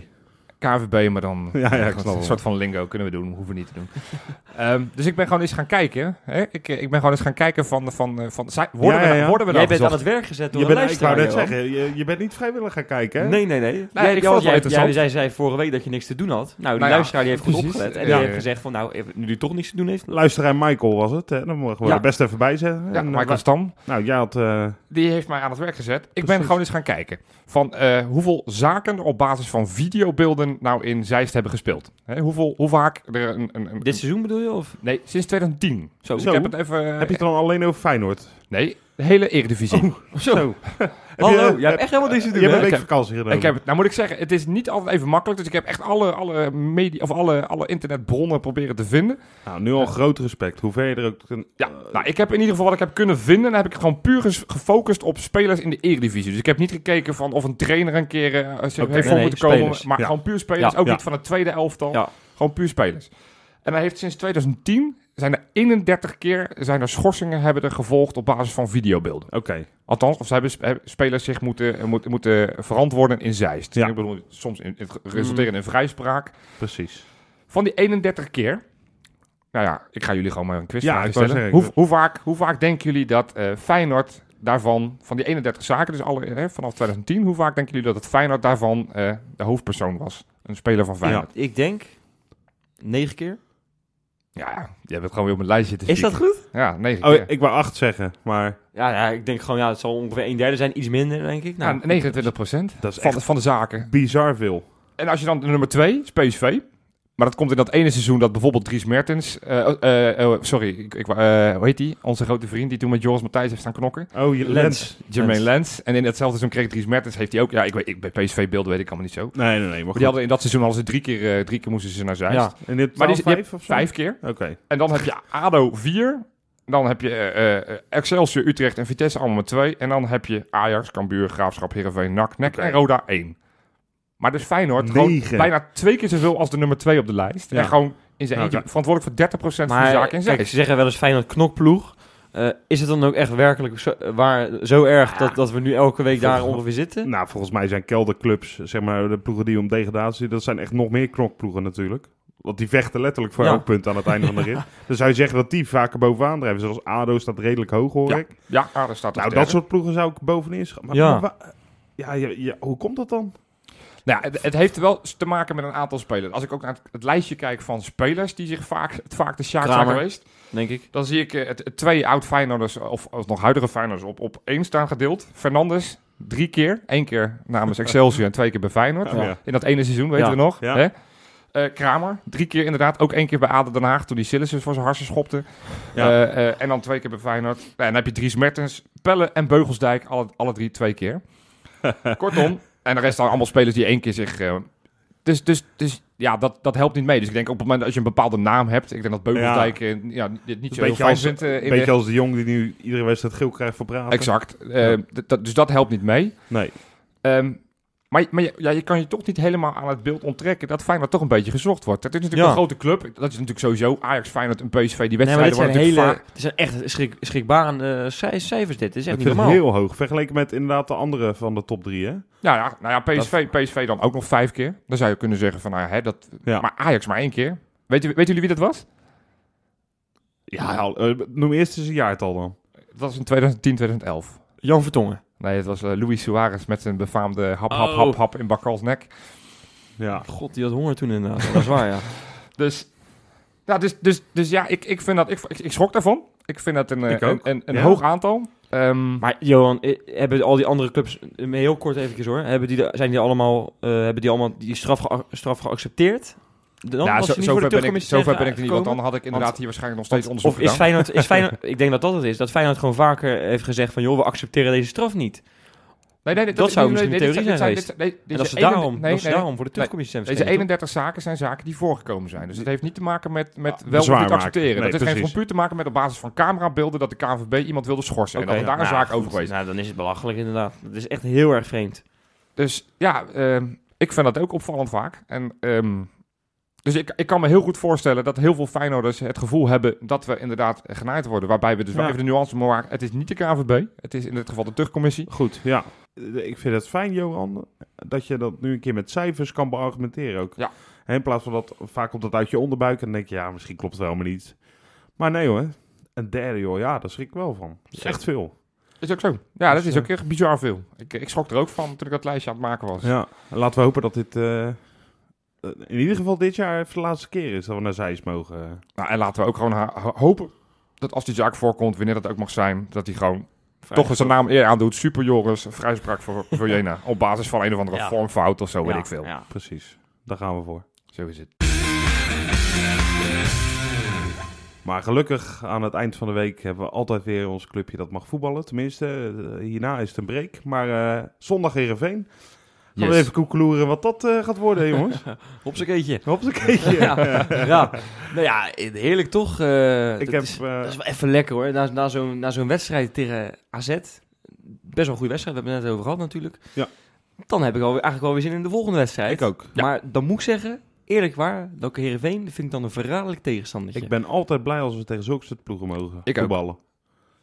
[SPEAKER 2] KVB, maar dan eh,
[SPEAKER 1] Ja, ja, ik
[SPEAKER 2] een
[SPEAKER 1] snap wel.
[SPEAKER 2] soort van lingo kunnen we doen, hoeven we niet te doen. Ehm, dus ik ben gewoon eens gaan kijken. Hè? Ik, eh, ik ben gewoon eens gaan kijken van, van, eh, van zij- worden,
[SPEAKER 1] Ja,
[SPEAKER 2] we,
[SPEAKER 1] ja, ja.
[SPEAKER 2] worden we
[SPEAKER 3] Jij
[SPEAKER 2] dan
[SPEAKER 3] bent aan
[SPEAKER 2] gezocht?
[SPEAKER 3] het werk gezet door
[SPEAKER 1] nou Je
[SPEAKER 3] een
[SPEAKER 1] bent, ik
[SPEAKER 3] luisteraar,
[SPEAKER 1] wou net
[SPEAKER 3] Johan.
[SPEAKER 1] zeggen, je, je bent niet vrijwillig gaan kijken, hè?
[SPEAKER 3] Nee, nee, nee.
[SPEAKER 2] ik vond het wel
[SPEAKER 3] jij,
[SPEAKER 2] interessant.
[SPEAKER 3] jij- jij zei vorige week dat je niks te doen had. Nou, die
[SPEAKER 2] ja,
[SPEAKER 3] luisteraar die heeft goed
[SPEAKER 2] precies.
[SPEAKER 3] opgelet. En
[SPEAKER 2] Ja.
[SPEAKER 3] die heeft gezegd van, nou, nu die toch niks te doen heeft.
[SPEAKER 1] Luisteraar Michael was het, hè? Dan mogen we
[SPEAKER 3] Ja.
[SPEAKER 1] er best even bij zeggen. En,
[SPEAKER 2] Ja,
[SPEAKER 1] eh,
[SPEAKER 2] Michael Stam.
[SPEAKER 1] Nou, jij had... eh,
[SPEAKER 2] die heeft mij aan het werk gezet. Ik ben
[SPEAKER 1] Precies.
[SPEAKER 2] gewoon eens gaan kijken van eh, hoeveel zaken er op basis van videobeelden nou in Zeist hebben gespeeld. Hè, hoeveel, hoe vaak er een... een, een-
[SPEAKER 3] Dit seizoen bedoel je? Of?
[SPEAKER 2] Nee, sinds 2010.
[SPEAKER 3] Zo.
[SPEAKER 2] Dus
[SPEAKER 1] Zo.
[SPEAKER 2] ik heb het even...
[SPEAKER 1] heb je Oh, het dan alleen over Feyenoord?
[SPEAKER 2] Nee, de hele Eredivisie.
[SPEAKER 3] Zo.
[SPEAKER 1] Heb je-
[SPEAKER 3] Hallo, jij
[SPEAKER 1] heb-
[SPEAKER 3] hebt echt helemaal niks te
[SPEAKER 1] Je
[SPEAKER 3] doen,
[SPEAKER 1] hebt
[SPEAKER 3] hè?
[SPEAKER 1] een
[SPEAKER 2] Ik
[SPEAKER 1] week
[SPEAKER 2] heb-
[SPEAKER 1] vakantie genomen.
[SPEAKER 2] Ik heb het, nou moet ik zeggen, het is niet altijd even makkelijk. Dus ik heb echt alle, alle, media, of alle, alle internetbronnen proberen te vinden.
[SPEAKER 1] Nou, nu al groot respect. Hoe ver je er ook... ten-
[SPEAKER 2] Ja, nou, ik heb in ieder geval wat ik heb kunnen vinden. Dan heb ik gewoon puur ges- gefocust op spelers in de Eredivisie. Dus ik heb niet gekeken van of een trainer een keer eh, zich
[SPEAKER 1] Oké.
[SPEAKER 2] heeft voor
[SPEAKER 3] Nee, nee,
[SPEAKER 2] moeten komen.
[SPEAKER 3] spelers.
[SPEAKER 2] Maar
[SPEAKER 1] Ja.
[SPEAKER 2] gewoon puur spelers.
[SPEAKER 3] Ja.
[SPEAKER 2] Ook
[SPEAKER 1] Ja.
[SPEAKER 2] niet van het tweede elftal.
[SPEAKER 3] Ja.
[SPEAKER 2] Gewoon puur spelers. En hij heeft sinds 2010 zijn er 31 keer zijn er schorsingen hebben er gevolgd op basis van videobeelden.
[SPEAKER 1] Oké.
[SPEAKER 2] Althans, of ze hebben, sp- hebben spelers zich moeten, eh, moet- moeten verantwoorden in Zeist.
[SPEAKER 1] Ja.
[SPEAKER 2] Ik bedoel, soms in, het resulteren in vrijspraak.
[SPEAKER 1] Precies.
[SPEAKER 2] Van die 31 keer. Nou ja, ik ga jullie gewoon maar een quiz
[SPEAKER 1] Ja, ik wou
[SPEAKER 2] stellen.
[SPEAKER 1] zeggen, ik-
[SPEAKER 2] hoe, hoe, vaak, hoe vaak denken jullie dat eh, Feyenoord daarvan, van die 31 zaken, dus alle, hè, vanaf 2010, hoe vaak denken jullie dat het Feyenoord daarvan eh, de hoofdpersoon was? Een speler van Feyenoord.
[SPEAKER 3] Ik denk negen keer.
[SPEAKER 2] Ja, je hebt gewoon weer op mijn lijstje te
[SPEAKER 3] Is dat goed?
[SPEAKER 2] Ja, negen
[SPEAKER 1] Oh,
[SPEAKER 2] keer.
[SPEAKER 1] ik wou acht zeggen, maar
[SPEAKER 3] Ja, ja, ik denk gewoon, ja, het zal ongeveer een derde zijn, iets minder, denk ik.
[SPEAKER 2] Nou,
[SPEAKER 3] Nou,
[SPEAKER 2] 29 procent
[SPEAKER 1] dat is
[SPEAKER 2] van,
[SPEAKER 1] echt
[SPEAKER 2] van de zaken.
[SPEAKER 1] bizar veel.
[SPEAKER 2] En als je dan de nummer 2, is PSV. Maar dat komt in dat ene seizoen dat bijvoorbeeld Dries Mertens... eh, eh, eh, sorry, ik, ik, wou- eh, hoe heet die? Onze grote vriend die toen met Joris Matthijs heeft staan knokken.
[SPEAKER 1] Oh, je lens.
[SPEAKER 2] Jermaine Lens. En in datzelfde seizoen kreeg Dries Mertens, heeft hij ook... Ja, ik weet, ik, bij PSV beelden weet ik allemaal niet zo. Maar
[SPEAKER 1] Nee, nee, nee. Maar
[SPEAKER 2] die
[SPEAKER 1] goed.
[SPEAKER 2] hadden in dat seizoen hadden ze drie keer, eh, drie keer moesten ze naar Zeist.
[SPEAKER 3] Ja.
[SPEAKER 1] En dit
[SPEAKER 2] Maar die-
[SPEAKER 1] maar
[SPEAKER 2] die
[SPEAKER 1] vijf of zo?
[SPEAKER 2] Vijf keer.
[SPEAKER 1] Oké.
[SPEAKER 2] En dan heb je ADO 4. Dan heb je eh, eh, Excelsior, Utrecht en Vitesse allemaal met 2. En dan heb je Ajax, Cambuur, Graafschap, Heerenveen, NAC, NEC
[SPEAKER 1] Oké.
[SPEAKER 2] E en Roda 1. Maar dus Feyenoord
[SPEAKER 1] Negen.
[SPEAKER 2] gewoon bijna twee keer zoveel als de nummer 2 op de lijst.
[SPEAKER 1] Ja.
[SPEAKER 2] En gewoon in zijn
[SPEAKER 1] Nou,
[SPEAKER 2] eentje verantwoordelijk voor 30% van de
[SPEAKER 3] maar
[SPEAKER 2] zaken in
[SPEAKER 3] kijk,
[SPEAKER 2] Zeist.
[SPEAKER 3] ze zeggen wel eens Feyenoord knokploeg. Eh, is het dan ook echt werkelijk zo, eh, waar, zo erg dat, dat we nu elke week daar
[SPEAKER 1] Volgens-
[SPEAKER 3] ongeveer zitten?
[SPEAKER 1] Nou, volgens mij zijn kelderclubs, zeg maar, de ploegen die om degradatie zitten, dat zijn echt nog meer knokploegen natuurlijk. Want die vechten letterlijk voor
[SPEAKER 3] Ja.
[SPEAKER 1] elk punt aan het einde van de rit. Dan zou je zeggen dat die vaker bovenaan drijven. Zoals ADO staat redelijk hoog, hoor ik.
[SPEAKER 2] Ja, ADO staat als
[SPEAKER 1] Nou,
[SPEAKER 2] derde.
[SPEAKER 1] dat soort ploegen zou ik bovenin schatten. Maar,
[SPEAKER 3] Ja.
[SPEAKER 1] maar wa- ja, ja, ja, hoe komt dat dan?
[SPEAKER 2] Nou, ja, het, het heeft wel s- te maken met een aantal spelers. Als ik ook naar het, het lijstje kijk van spelers die zich vaak, het vaak de Sjaak zijn
[SPEAKER 3] Kramer.
[SPEAKER 2] geweest...
[SPEAKER 3] Denk ik.
[SPEAKER 2] Dan zie ik eh, het, het twee oud Feyenoorders, of, of nog huidige Feyenoorders, op, op één staan gedeeld. Fernandes, drie keer. Eén keer namens Excelsior en twee keer bij Feyenoord.
[SPEAKER 1] Oh, ja.
[SPEAKER 2] In dat ene seizoen, weten
[SPEAKER 3] Ja,
[SPEAKER 2] we nog.
[SPEAKER 1] ja.
[SPEAKER 2] Hè? Eh, Kramer, drie keer inderdaad. Ook één keer bij Aden Den Haag, toen die Sillissen voor zijn harsen schopte.
[SPEAKER 1] Ja.
[SPEAKER 2] Eh, eh, en dan twee keer bij Feyenoord. Nou, en dan heb je Dries Mertens, Pelle en Beugelsdijk, alle, alle drie twee keer. Kortom, en de rest zijn allemaal spelers die één keer zich... eh, dus, dus, dus ja, dat, dat helpt niet mee. Dus ik denk op het moment dat je een bepaalde naam hebt... Ik denk dat Beugelsdijk eh, ja, dit niet zo heel
[SPEAKER 1] beetje
[SPEAKER 2] fijn
[SPEAKER 1] als,
[SPEAKER 2] vindt. eh, in
[SPEAKER 1] beetje
[SPEAKER 2] de-
[SPEAKER 1] als de jong die nu iedere wedstrijd geel krijgt voor praten.
[SPEAKER 2] Exact. Eh,
[SPEAKER 1] Ja.
[SPEAKER 2] d- dat- dus dat helpt niet mee.
[SPEAKER 1] Nee.
[SPEAKER 2] Ehm, maar maar je- ja, je kan je toch niet helemaal aan het beeld onttrekken dat Feyenoord toch een beetje gezocht wordt. Het is natuurlijk
[SPEAKER 3] Ja.
[SPEAKER 2] een grote club. Dat is natuurlijk sowieso Ajax, Feyenoord en PSV.
[SPEAKER 3] Nee,
[SPEAKER 2] Die
[SPEAKER 3] maar dit
[SPEAKER 2] wedstrijden
[SPEAKER 3] zijn,
[SPEAKER 2] worden
[SPEAKER 3] hele,
[SPEAKER 2] natuurlijk
[SPEAKER 3] dit zijn echt schrik, schrikbarende
[SPEAKER 2] eh,
[SPEAKER 3] ci- cijfers dit. Dit is echt
[SPEAKER 1] Ik
[SPEAKER 3] niet
[SPEAKER 1] vind het
[SPEAKER 3] normaal.
[SPEAKER 1] heel hoog. Vergeleken met inderdaad de andere van de top drie, hè?
[SPEAKER 2] vaak... Ja, ja, nou ja, PSV, PSV dan ook nog vijf keer. Dan zou je kunnen zeggen van, nou ja, hè, dat...
[SPEAKER 1] Ja.
[SPEAKER 2] maar Ajax maar één keer. Weet, u- weten jullie wie dat was?
[SPEAKER 1] Ja, al- eh, noem eerst eens een jaartal dan.
[SPEAKER 2] Dat was in 2010, 2011.
[SPEAKER 3] Jan Vertongen.
[SPEAKER 2] Nee, het was eh, Luis Suarez met zijn befaamde hap, hap,
[SPEAKER 3] Oh.
[SPEAKER 2] hap, hap in Bakals nek.
[SPEAKER 1] Ja.
[SPEAKER 3] God, die had honger toen inderdaad. Dat is waar, ja.
[SPEAKER 2] Dus, ja, dus, dus, dus ja, ik, ik vind dat, ik, ik, ik schrok daarvan. Ik vind dat een, eh,
[SPEAKER 1] Ik
[SPEAKER 2] een,
[SPEAKER 1] ook.
[SPEAKER 2] een, een
[SPEAKER 1] Ja.
[SPEAKER 2] hoog aantal. Ehm,
[SPEAKER 3] Maar Johan, eh, hebben al die andere clubs, eh, heel kort eventjes hoor, hebben die, de- zijn die allemaal, eh, hebben die allemaal die straf, gea- straf geaccepteerd? Dan
[SPEAKER 2] ja,
[SPEAKER 3] Was die
[SPEAKER 2] zo,
[SPEAKER 3] niet voor de
[SPEAKER 2] zover ben ik,
[SPEAKER 3] terugcommissie
[SPEAKER 2] zover ben ik er niet, want
[SPEAKER 3] terechtgekomen?
[SPEAKER 2] dan had ik inderdaad hier waarschijnlijk nog steeds onderzoek
[SPEAKER 3] Of is
[SPEAKER 2] gedaan.
[SPEAKER 3] Feyenoord, is Feyenoord, ik denk dat dat het is, dat Feyenoord gewoon vaker eh, heeft gezegd van joh, we accepteren deze straf niet.
[SPEAKER 2] nee, nee,
[SPEAKER 3] dat zou
[SPEAKER 2] dit-
[SPEAKER 3] misschien
[SPEAKER 2] dit- dit-
[SPEAKER 3] theorie
[SPEAKER 2] dit-
[SPEAKER 3] zijn
[SPEAKER 2] dit- dit- dit-
[SPEAKER 3] En dat
[SPEAKER 2] dit-
[SPEAKER 3] ze
[SPEAKER 2] dit-
[SPEAKER 3] daarom,
[SPEAKER 2] nee,
[SPEAKER 3] dat ze
[SPEAKER 2] nee,
[SPEAKER 3] daarm voor de terugcommissie zijn
[SPEAKER 2] Deze
[SPEAKER 3] verschenen,
[SPEAKER 2] 31 zaken zijn zaken die voorgekomen zijn. Dus het heeft niet te maken met, met
[SPEAKER 1] Ah,
[SPEAKER 2] wel of
[SPEAKER 1] zwaar
[SPEAKER 2] niet
[SPEAKER 1] maken. Nee,
[SPEAKER 2] accepteren. dat heeft geen
[SPEAKER 1] precies.
[SPEAKER 2] compuur te maken met op basis van camerabeelden dat de KNVB iemand wilde schorsen.
[SPEAKER 3] Oké,
[SPEAKER 2] en dat er daar
[SPEAKER 3] nou,
[SPEAKER 2] een zaak over
[SPEAKER 3] toch?
[SPEAKER 2] geweest.
[SPEAKER 3] Nou, dan is het belachelijk inderdaad. Dat is echt heel erg vreemd.
[SPEAKER 2] Dus ja, ehm, ik vind dat ook opvallend vaak. En, ehm, dus ik, ik kan me heel goed voorstellen dat heel veel Feyenoorders het gevoel hebben dat we inderdaad genaaid worden. Waarbij we dus wel
[SPEAKER 1] Ja.
[SPEAKER 2] even de nuance moeten maken. Het is niet de KNVB, het is in dit geval de terugcommissie.
[SPEAKER 1] Goed, ja. Eh, Ik vind het fijn, Johan, dat je dat nu een keer met cijfers kan beargumenteren ook.
[SPEAKER 2] Ja.
[SPEAKER 1] Hè, in plaats van dat, vaak komt dat uit je onderbuik en dan denk je, ja, misschien klopt het wel maar niet. Maar nee hoor, een derde joh, ja, daar schrik ik wel van. Dat is echt veel.
[SPEAKER 2] Is ook zo. Ja, dat
[SPEAKER 1] Dus,
[SPEAKER 2] is ook echt bizar veel. Ik, ik schrok er ook van toen ik dat lijstje aan het maken was.
[SPEAKER 1] Ja, laten we hopen dat dit eh, eh, in ieder geval dit jaar even de laatste keer is dat we naar Zeist mogen.
[SPEAKER 2] Nou, en laten we ook gewoon ha- ho- hopen dat als die zaak voorkomt, wanneer dat ook mag zijn, dat hij gewoon toch eens zijn naam eer aandoet. Super Joris, vrijspraak voor, voor Jena. Op basis van een of andere
[SPEAKER 3] Ja.
[SPEAKER 2] vormfout of zo, weet ik veel.
[SPEAKER 3] Ja.
[SPEAKER 1] Precies, daar gaan we voor.
[SPEAKER 2] Zo is het.
[SPEAKER 1] Maar gelukkig, aan het eind van de week hebben we altijd weer ons clubje dat mag voetballen. Tenminste, eh, hierna is het een break. Maar eh, zondag Heerenveen. Gaan we
[SPEAKER 2] Yes.
[SPEAKER 1] even koekeloeren wat dat eh, gaat worden, jongens.
[SPEAKER 3] Op zijn keetje.
[SPEAKER 1] Hopsakeetje.
[SPEAKER 3] ja, ja. Nou ja, heerlijk toch? eh,
[SPEAKER 1] Ik
[SPEAKER 3] dat,
[SPEAKER 1] heb...
[SPEAKER 3] is,
[SPEAKER 1] eh,
[SPEAKER 3] dat is wel even lekker hoor. Na, na zo'n na zo'n wedstrijd tegen AZ. Best wel een goede wedstrijd, we hebben het net over gehad natuurlijk.
[SPEAKER 1] Ja.
[SPEAKER 3] Dan heb ik alweer, eigenlijk wel weer zin in de volgende wedstrijd.
[SPEAKER 1] Ik ook.
[SPEAKER 2] Ja.
[SPEAKER 3] Maar dan moet ik zeggen, eerlijk waar, Loke Heerenveen vind ik dan een verraderlijk tegenstandertje.
[SPEAKER 1] ik ben altijd blij als we tegen zulke soort ploegen mogen
[SPEAKER 2] Ik ook.
[SPEAKER 1] voetballen.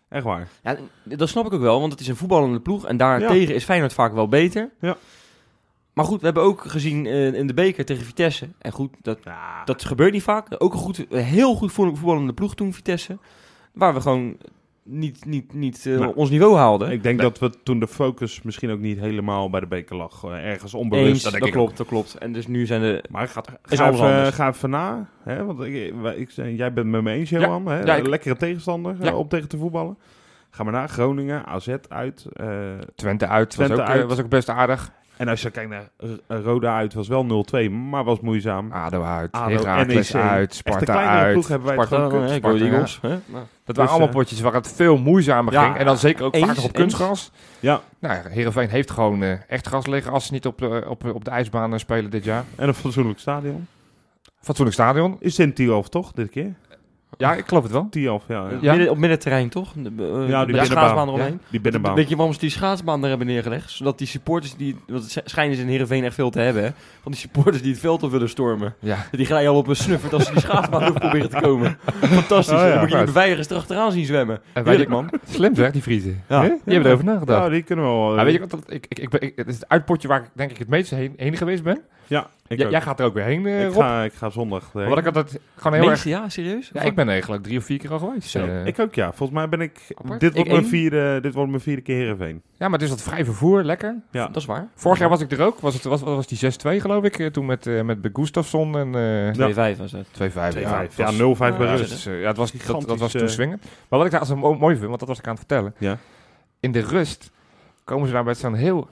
[SPEAKER 1] Echt waar.
[SPEAKER 3] Ja, dat snap ik ook wel, want het is een voetballende ploeg. En daartegen is Feyenoord vaak wel beter.
[SPEAKER 1] Ja.
[SPEAKER 3] Maar goed, we hebben ook gezien eh, in de beker tegen Vitesse. En goed, dat
[SPEAKER 1] Ja,
[SPEAKER 3] Dat gebeurt niet vaak. Ook een, goed, een heel goed voetballende ploeg toen, Vitesse. Waar we gewoon niet, niet, niet eh,
[SPEAKER 1] Nou.
[SPEAKER 3] ons niveau haalden.
[SPEAKER 1] Ik denk dat we toen de focus misschien ook niet helemaal bij de beker lag. Eh, ergens onbewust.
[SPEAKER 3] Eens,
[SPEAKER 2] dat
[SPEAKER 3] dat,
[SPEAKER 2] denk ik
[SPEAKER 3] klopt, dat klopt. En dus nu zijn de...
[SPEAKER 1] Maar ga,
[SPEAKER 3] Is
[SPEAKER 1] ga,
[SPEAKER 3] alles
[SPEAKER 1] even,
[SPEAKER 3] anders.
[SPEAKER 1] ga even na. Hè? Want ik, eh, wij- ik, jij bent met me eens,
[SPEAKER 2] Ja,
[SPEAKER 1] Johan. hè?
[SPEAKER 2] ja, ik-
[SPEAKER 1] Lekkere tegenstander
[SPEAKER 2] Ja.
[SPEAKER 1] eh, om tegen te voetballen. Ga maar naar Groningen, AZ uit. eh,
[SPEAKER 2] Twente uit, was,
[SPEAKER 1] Twente
[SPEAKER 2] ook, eh,
[SPEAKER 1] uit.
[SPEAKER 2] was ook best aardig.
[SPEAKER 1] en als je kijkt naar R- eh, Roda uit, was wel 0-2, maar was moeizaam.
[SPEAKER 2] Ado uit,
[SPEAKER 1] ADO,
[SPEAKER 2] Heracles
[SPEAKER 1] NEC.
[SPEAKER 2] Ah, uit,
[SPEAKER 1] E Echt de
[SPEAKER 2] Sparta
[SPEAKER 1] kleinere
[SPEAKER 2] uit.
[SPEAKER 1] ploeg hebben wij het
[SPEAKER 2] Sparta,
[SPEAKER 1] gewoon
[SPEAKER 2] eh,
[SPEAKER 1] kut.
[SPEAKER 2] Sparta, ja. Dat waren
[SPEAKER 1] Dus,
[SPEAKER 2] allemaal potjes waar het veel moeizamer
[SPEAKER 3] Ja,
[SPEAKER 2] ging. En dan zeker ook
[SPEAKER 3] eens,
[SPEAKER 2] vaker op
[SPEAKER 3] eens.
[SPEAKER 2] kunstgras.
[SPEAKER 1] Ja.
[SPEAKER 2] Nou ja, Heerenveen heeft gewoon eh, echt gas liggen als ze niet op de, op, op de ijsbaan eh, spelen dit jaar.
[SPEAKER 1] En een fatsoenlijk stadion.
[SPEAKER 2] Fatsoenlijk stadion.
[SPEAKER 1] Is het in Tialf toch, dit keer?
[SPEAKER 2] Ja, ik geloof het wel.
[SPEAKER 1] Tialf, ja.
[SPEAKER 2] Ja.
[SPEAKER 3] Midden, op middenterrein, toch? De, eh,
[SPEAKER 1] Ja,
[SPEAKER 3] met
[SPEAKER 1] die
[SPEAKER 3] de schaatsbaan
[SPEAKER 1] binnenbaan.
[SPEAKER 3] eromheen.
[SPEAKER 1] Die binnenbaan.
[SPEAKER 3] Weet je waarom ze die schaatsbaan daar hebben neergelegd? Zodat die supporters die... Want het schijnen ze in Heerenveen echt veel te hebben, hè? Van die supporters die het veld op willen stormen.
[SPEAKER 2] Ja.
[SPEAKER 3] Die glijden al op een snuffert als ze die schaatsbaan over proberen te komen. Fantastisch.
[SPEAKER 1] Oh, ja.
[SPEAKER 3] Dan moet je die
[SPEAKER 2] Right.
[SPEAKER 3] beveiligers erachteraan zien zwemmen.
[SPEAKER 2] En wij-
[SPEAKER 3] Heerlijk, man.
[SPEAKER 2] Slim zeg, die Friese.
[SPEAKER 3] Ja.
[SPEAKER 2] Hè? Die hebben erover nagedacht.
[SPEAKER 1] Ja, die kunnen we wel. eh,
[SPEAKER 2] Maar Ah, weet je wat, dat- ik, ik, ik ben, ik- het is het uitpotje waar ik denk ik het meest heen, heen geweest ben.
[SPEAKER 1] Ja, ik,
[SPEAKER 2] Jij-
[SPEAKER 1] ook.
[SPEAKER 2] jij gaat er ook weer heen, eh,
[SPEAKER 1] ik,
[SPEAKER 2] Rob.
[SPEAKER 1] ga, ik ga zondag. eh,
[SPEAKER 2] Wat ik altijd gewoon heel erg...
[SPEAKER 3] Meeste, ja, serieus?
[SPEAKER 2] Ja, ik ben eigenlijk drie of vier keer al geweest.
[SPEAKER 1] Zo,
[SPEAKER 2] eh.
[SPEAKER 1] ik ook, ja. Volgens mij ben ik...
[SPEAKER 2] Apart.
[SPEAKER 1] Dit wordt,
[SPEAKER 3] Ik
[SPEAKER 1] mijn
[SPEAKER 3] één.
[SPEAKER 1] vierde, dit wordt mijn vierde keer Heerenveen.
[SPEAKER 2] Ja, maar het is wat vrij vervoer, lekker.
[SPEAKER 1] Ja.
[SPEAKER 3] Dat is waar.
[SPEAKER 2] Vorig jaar was ik er ook. Was het was, was die 6-2 geloof ik. eh, Toen met, eh met Gustafsson en eh 2-5.
[SPEAKER 3] 2-5 was dat.
[SPEAKER 2] Ja, het
[SPEAKER 1] 2-5. Ja,
[SPEAKER 2] was-
[SPEAKER 1] 0-5 bij
[SPEAKER 2] ja,
[SPEAKER 3] Ja,
[SPEAKER 1] rust.
[SPEAKER 2] dus, eh, ja, het was, dat, dat
[SPEAKER 1] Gigantisch,
[SPEAKER 2] was
[SPEAKER 1] eh,
[SPEAKER 2] toen swingen. Maar wat ik daar als een mo- mooi vind, want dat was ik aan het vertellen.
[SPEAKER 1] Ja.
[SPEAKER 2] In de rust komen ze daar met zo'n heel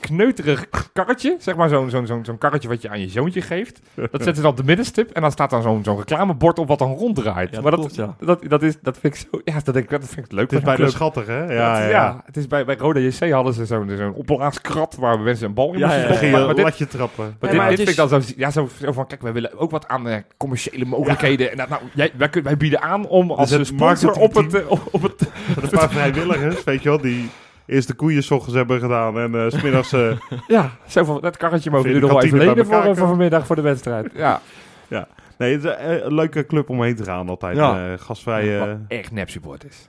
[SPEAKER 2] kneuterig karretje. Zeg maar zo'n zo'n zo'n zo'n karretje wat je aan je zoontje geeft. Dat zetten ze dan op de middenstip. En dan staat dan zo'n zo'n reclamebord op wat dan ronddraait.
[SPEAKER 3] Ja,
[SPEAKER 2] maar dat,
[SPEAKER 3] klopt, ja.
[SPEAKER 2] dat, dat, is, dat vind ik zo... Ja, dat, denk ik, dat vind ik leuk.
[SPEAKER 1] Het is
[SPEAKER 2] van
[SPEAKER 1] bijna
[SPEAKER 2] een club.
[SPEAKER 1] schattig, hè?
[SPEAKER 2] Dat-
[SPEAKER 1] Ja, ja. ja.
[SPEAKER 2] Het is bij, bij Roda JC hadden ze zo'n zo'n opblaaskrat waar mensen een bal in
[SPEAKER 3] Ja,
[SPEAKER 2] moesten
[SPEAKER 3] ja, ja.
[SPEAKER 1] Dan
[SPEAKER 2] stoppen.
[SPEAKER 1] ging
[SPEAKER 2] Maar-
[SPEAKER 1] je
[SPEAKER 2] maar
[SPEAKER 1] eh, een latje
[SPEAKER 2] dit-
[SPEAKER 1] trappen.
[SPEAKER 2] maar
[SPEAKER 3] Nee,
[SPEAKER 2] dit,
[SPEAKER 3] maar
[SPEAKER 2] dit
[SPEAKER 3] het
[SPEAKER 2] vind ik dan zo, ja, zo, zo van, kijk, wij willen ook wat aan eh, commerciële mogelijkheden. En dat, nou, jij, wij, kun- wij bieden aan om als
[SPEAKER 1] het
[SPEAKER 2] een sponsor op het, eh, op, op het...
[SPEAKER 1] Met een paar vrijwilligers, weet je wel, die eerst de koeien 's ochtends hebben gedaan en eh, s smiddags... eh,
[SPEAKER 2] Ja, zo van, dat karretje mogen
[SPEAKER 1] Vind
[SPEAKER 2] we
[SPEAKER 1] je
[SPEAKER 2] nog
[SPEAKER 1] de kantine
[SPEAKER 2] wel even
[SPEAKER 1] bij
[SPEAKER 2] lenen voor,
[SPEAKER 1] elkaar
[SPEAKER 2] eh, voor vanmiddag voor de wedstrijd. Ja,
[SPEAKER 1] nee, het is eh, een leuke club om heen te gaan altijd.
[SPEAKER 3] Ja.
[SPEAKER 1] eh, gastvrij... eh,
[SPEAKER 2] echt nep supporters.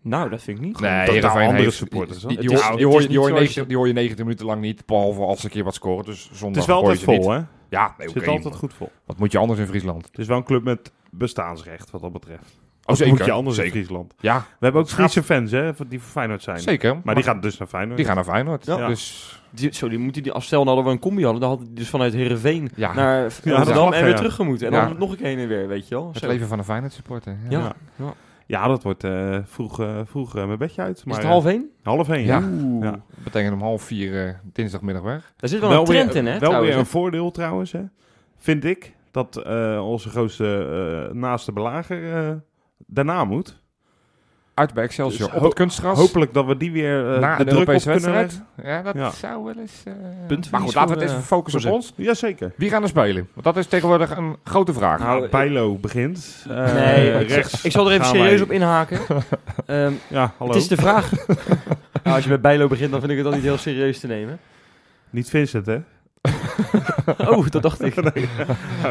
[SPEAKER 3] Nou, dat vind ik niet.
[SPEAKER 2] Nee,
[SPEAKER 1] totaal
[SPEAKER 2] Heerenveen
[SPEAKER 1] andere
[SPEAKER 2] heeft-
[SPEAKER 1] supporters, hoor.
[SPEAKER 2] Die, die,
[SPEAKER 3] Het is-
[SPEAKER 2] hoor-
[SPEAKER 3] het
[SPEAKER 2] die
[SPEAKER 3] is
[SPEAKER 2] hoor je-
[SPEAKER 3] niet
[SPEAKER 2] die hoor je
[SPEAKER 3] zoals je-
[SPEAKER 2] 90 die hoor je 90 minuten lang niet, behalve als ze een keer wat scoren. Dus zondag
[SPEAKER 1] het is wel
[SPEAKER 2] hoor je
[SPEAKER 1] altijd
[SPEAKER 2] ze niet.
[SPEAKER 1] vol, hè?
[SPEAKER 2] Ja, nee,
[SPEAKER 1] Het
[SPEAKER 2] oké.
[SPEAKER 1] zit altijd goed vol.
[SPEAKER 2] Wat moet je anders in Friesland?
[SPEAKER 1] Het is wel een club met bestaansrecht, wat dat betreft.
[SPEAKER 2] Oh,
[SPEAKER 1] Dat
[SPEAKER 2] zeker.
[SPEAKER 1] moet je anders in
[SPEAKER 2] zeker.
[SPEAKER 1] Friesland.
[SPEAKER 2] Ja,
[SPEAKER 1] We hebben ook
[SPEAKER 2] Schaap-
[SPEAKER 1] Friese fans, hè, die voor Feyenoord zijn.
[SPEAKER 2] zeker.
[SPEAKER 1] Maar die gaan dus naar Feyenoord.
[SPEAKER 2] die gaan naar Feyenoord.
[SPEAKER 1] Ja.
[SPEAKER 2] Dus
[SPEAKER 3] Die, sorry, moeten die afstellen hadden we een combi hadden. Dan hadden die dus vanuit Heerenveen
[SPEAKER 2] Ja.
[SPEAKER 3] naar
[SPEAKER 1] dat
[SPEAKER 3] Rotterdam
[SPEAKER 1] mag,
[SPEAKER 3] en weer
[SPEAKER 1] ja.
[SPEAKER 3] terug gemoeten. En
[SPEAKER 2] Ja.
[SPEAKER 3] dan nog een keer heen en weer, weet je wel.
[SPEAKER 2] het
[SPEAKER 3] Zo.
[SPEAKER 2] leven van een Feyenoord supporter.
[SPEAKER 3] Ja.
[SPEAKER 1] Ja. Ja, dat wordt eh, vroeg, eh, vroeg eh, mijn bedje uit.
[SPEAKER 3] Is
[SPEAKER 1] Maar,
[SPEAKER 3] het half één?
[SPEAKER 1] eh, half één,
[SPEAKER 2] Ja.
[SPEAKER 1] ja.
[SPEAKER 3] Oeh.
[SPEAKER 1] Ja.
[SPEAKER 2] Dat betekent om half vier eh, dinsdagmiddag weg.
[SPEAKER 3] Daar zit wel, een trend
[SPEAKER 1] weer,
[SPEAKER 3] in, hè?
[SPEAKER 1] Wel
[SPEAKER 3] trouwens,
[SPEAKER 1] weer
[SPEAKER 3] hè?
[SPEAKER 1] een voordeel trouwens, hè? vind ik, dat eh, onze grootste eh, naaste belager eh, daarna moet.
[SPEAKER 2] Uit bij Excelsior
[SPEAKER 1] Dus
[SPEAKER 2] op
[SPEAKER 1] ho-
[SPEAKER 2] het kunstgras.
[SPEAKER 1] Hopelijk dat we die weer eh,
[SPEAKER 2] na
[SPEAKER 1] de
[SPEAKER 2] een
[SPEAKER 1] druk op
[SPEAKER 2] Europese
[SPEAKER 1] kunnen
[SPEAKER 2] wedstrijd.
[SPEAKER 1] leggen.
[SPEAKER 2] Ja, dat
[SPEAKER 1] Ja.
[SPEAKER 2] zou wel eens... eh,
[SPEAKER 3] Puntverlies
[SPEAKER 2] maar goed, laten we
[SPEAKER 3] voor,
[SPEAKER 2] het even
[SPEAKER 3] eh,
[SPEAKER 2] focussen
[SPEAKER 3] voor
[SPEAKER 2] op ons.
[SPEAKER 1] Jazeker.
[SPEAKER 2] Wie gaan er spelen? Want dat is tegenwoordig een grote vraag.
[SPEAKER 1] Nou,
[SPEAKER 3] eh,
[SPEAKER 1] Bijlo begint. Eh,
[SPEAKER 3] Nee, maar ik-
[SPEAKER 1] rechts.
[SPEAKER 3] ik zal er even
[SPEAKER 1] gaan
[SPEAKER 3] serieus
[SPEAKER 1] wij-
[SPEAKER 3] op inhaken. Ehm,
[SPEAKER 1] Ja, hallo.
[SPEAKER 3] het is de vraag. Nou, als je met Bijlo begint, dan vind ik het al niet heel serieus te nemen.
[SPEAKER 1] Niet Vincent, hè?
[SPEAKER 3] Oh, dat dacht ik.
[SPEAKER 1] Ga
[SPEAKER 3] dacht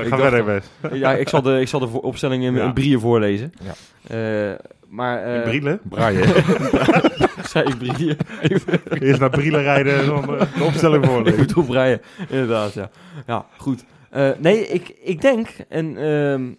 [SPEAKER 1] verder, best.
[SPEAKER 3] Ja, ik zal de, ik zal de voor- opstelling in,
[SPEAKER 1] Ja.
[SPEAKER 3] in brieën voorlezen.
[SPEAKER 2] Ja.
[SPEAKER 3] Eh, maar... eh,
[SPEAKER 1] In Brielen.
[SPEAKER 2] Brian.
[SPEAKER 3] zei ik brieën.
[SPEAKER 1] Eerst naar Brielen rijden en dan eh, de opstelling
[SPEAKER 3] Ik
[SPEAKER 1] voorleggen.
[SPEAKER 3] bedoel Brian, inderdaad, ja. Ja, goed. Eh, nee, ik, ik denk... En, ehm,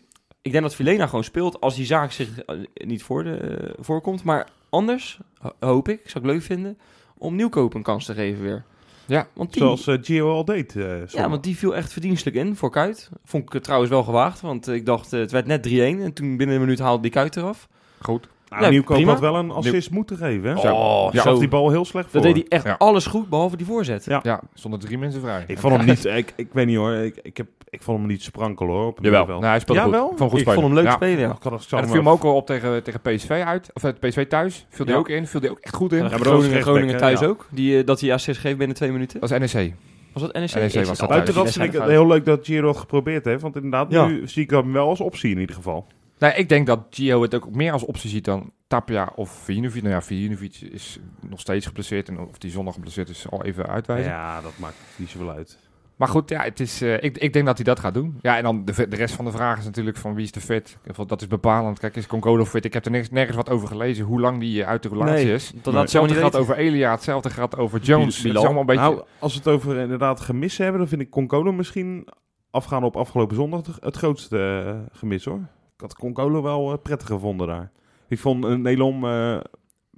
[SPEAKER 3] ik denk dat Vilena gewoon speelt als die zaak zich eh, niet voor de, eh, voorkomt. Maar anders, ho- hoop ik, zou ik leuk vinden... om Nieuwkoop een kans te geven weer.
[SPEAKER 2] Ja,
[SPEAKER 3] want die,
[SPEAKER 1] Zoals eh, Gio al deed. eh,
[SPEAKER 3] ja,
[SPEAKER 1] zondag.
[SPEAKER 3] want die viel echt verdienstelijk in voor Kuit. Vond ik het trouwens wel gewaagd, want eh, ik dacht... eh, het werd net 3-1 en toen binnen een minuut haalde die Kuit eraf.
[SPEAKER 2] Goed.
[SPEAKER 1] Nou,
[SPEAKER 3] Ja,
[SPEAKER 1] Nieuwkoop
[SPEAKER 3] prima.
[SPEAKER 1] had wel een assist moeten geven. Hè?
[SPEAKER 2] Oh, Zo.
[SPEAKER 1] ja,
[SPEAKER 2] Ja,
[SPEAKER 1] gaf die bal heel slecht voor.
[SPEAKER 3] Dat deed hij echt
[SPEAKER 2] Ja.
[SPEAKER 3] alles goed, behalve die voorzet.
[SPEAKER 1] Ja.
[SPEAKER 2] Ja, zonder drie mensen vrij.
[SPEAKER 1] Ik vond hem niet, ik, ik weet niet hoor, ik, ik, heb, ik vond hem niet sprankel hoor. Op het
[SPEAKER 2] Jawel.
[SPEAKER 1] middenveld.
[SPEAKER 2] Nee, hij speelde
[SPEAKER 1] Jawel?
[SPEAKER 2] goed. Ik vond hem goed
[SPEAKER 3] ik vond
[SPEAKER 2] spelen.
[SPEAKER 3] hem leuk
[SPEAKER 2] Ja.
[SPEAKER 3] spelen,
[SPEAKER 1] Ja,
[SPEAKER 3] ja.
[SPEAKER 1] ik had het
[SPEAKER 2] En
[SPEAKER 1] zelf
[SPEAKER 2] dat Nou, viel hem
[SPEAKER 1] maar-
[SPEAKER 2] ook al op tegen, tegen PSV uit. Of eh, PSV thuis. Viel hij
[SPEAKER 3] Ja.
[SPEAKER 2] ook in. Viel hij ook echt goed in.
[SPEAKER 3] Ja,
[SPEAKER 1] maar dat was
[SPEAKER 3] Groningen,
[SPEAKER 1] rechtsback,
[SPEAKER 3] Groningen
[SPEAKER 1] hè?
[SPEAKER 3] thuis
[SPEAKER 1] Ja.
[SPEAKER 3] ook. Die, eh, dat hij assist geeft binnen twee minuten.
[SPEAKER 2] Dat is E NEC.
[SPEAKER 3] Was dat E NEC?
[SPEAKER 2] NEC was dat
[SPEAKER 1] Buiten
[SPEAKER 2] thuis.
[SPEAKER 1] dat vind ik het heel leuk dat Giro het geprobeerd heeft. Want inderdaad,
[SPEAKER 3] Ja.
[SPEAKER 1] nu zie ik hem wel als optie in ieder geval.
[SPEAKER 2] Nou, ik denk dat Gio het ook meer als optie ziet dan Tapia of Vijinovic. Nou ja, Vijinovic is nog steeds geblesseerd. En of die zondag geblesseerd is, al even uitwijzen.
[SPEAKER 1] Ja, dat maakt niet zoveel uit.
[SPEAKER 2] Maar goed, ja, het is, eh, ik, ik denk dat hij dat gaat doen. Ja, en dan de, ve- de rest van de vraag is natuurlijk van wie is de fit? Want Dat is bepalend. Kijk, is Congolo fit? Ik heb er nergens, nergens wat over gelezen hoe lang die eh, uit de relatie
[SPEAKER 3] Nee,
[SPEAKER 2] is.
[SPEAKER 3] dat laat ze
[SPEAKER 2] Hetzelfde
[SPEAKER 3] helemaal niet
[SPEAKER 2] gaat
[SPEAKER 3] weten.
[SPEAKER 2] over Elia, hetzelfde gaat over Jones.
[SPEAKER 1] Bilal.
[SPEAKER 2] Het is allemaal een beetje...
[SPEAKER 1] Nou, als we het over inderdaad gemissen hebben, dan vind ik Concolo misschien afgaan op afgelopen zondag het grootste eh, gemis hoor. Ik had Concolo wel eh, prettig gevonden daar. Ik Ik vond eh, Nelom eh,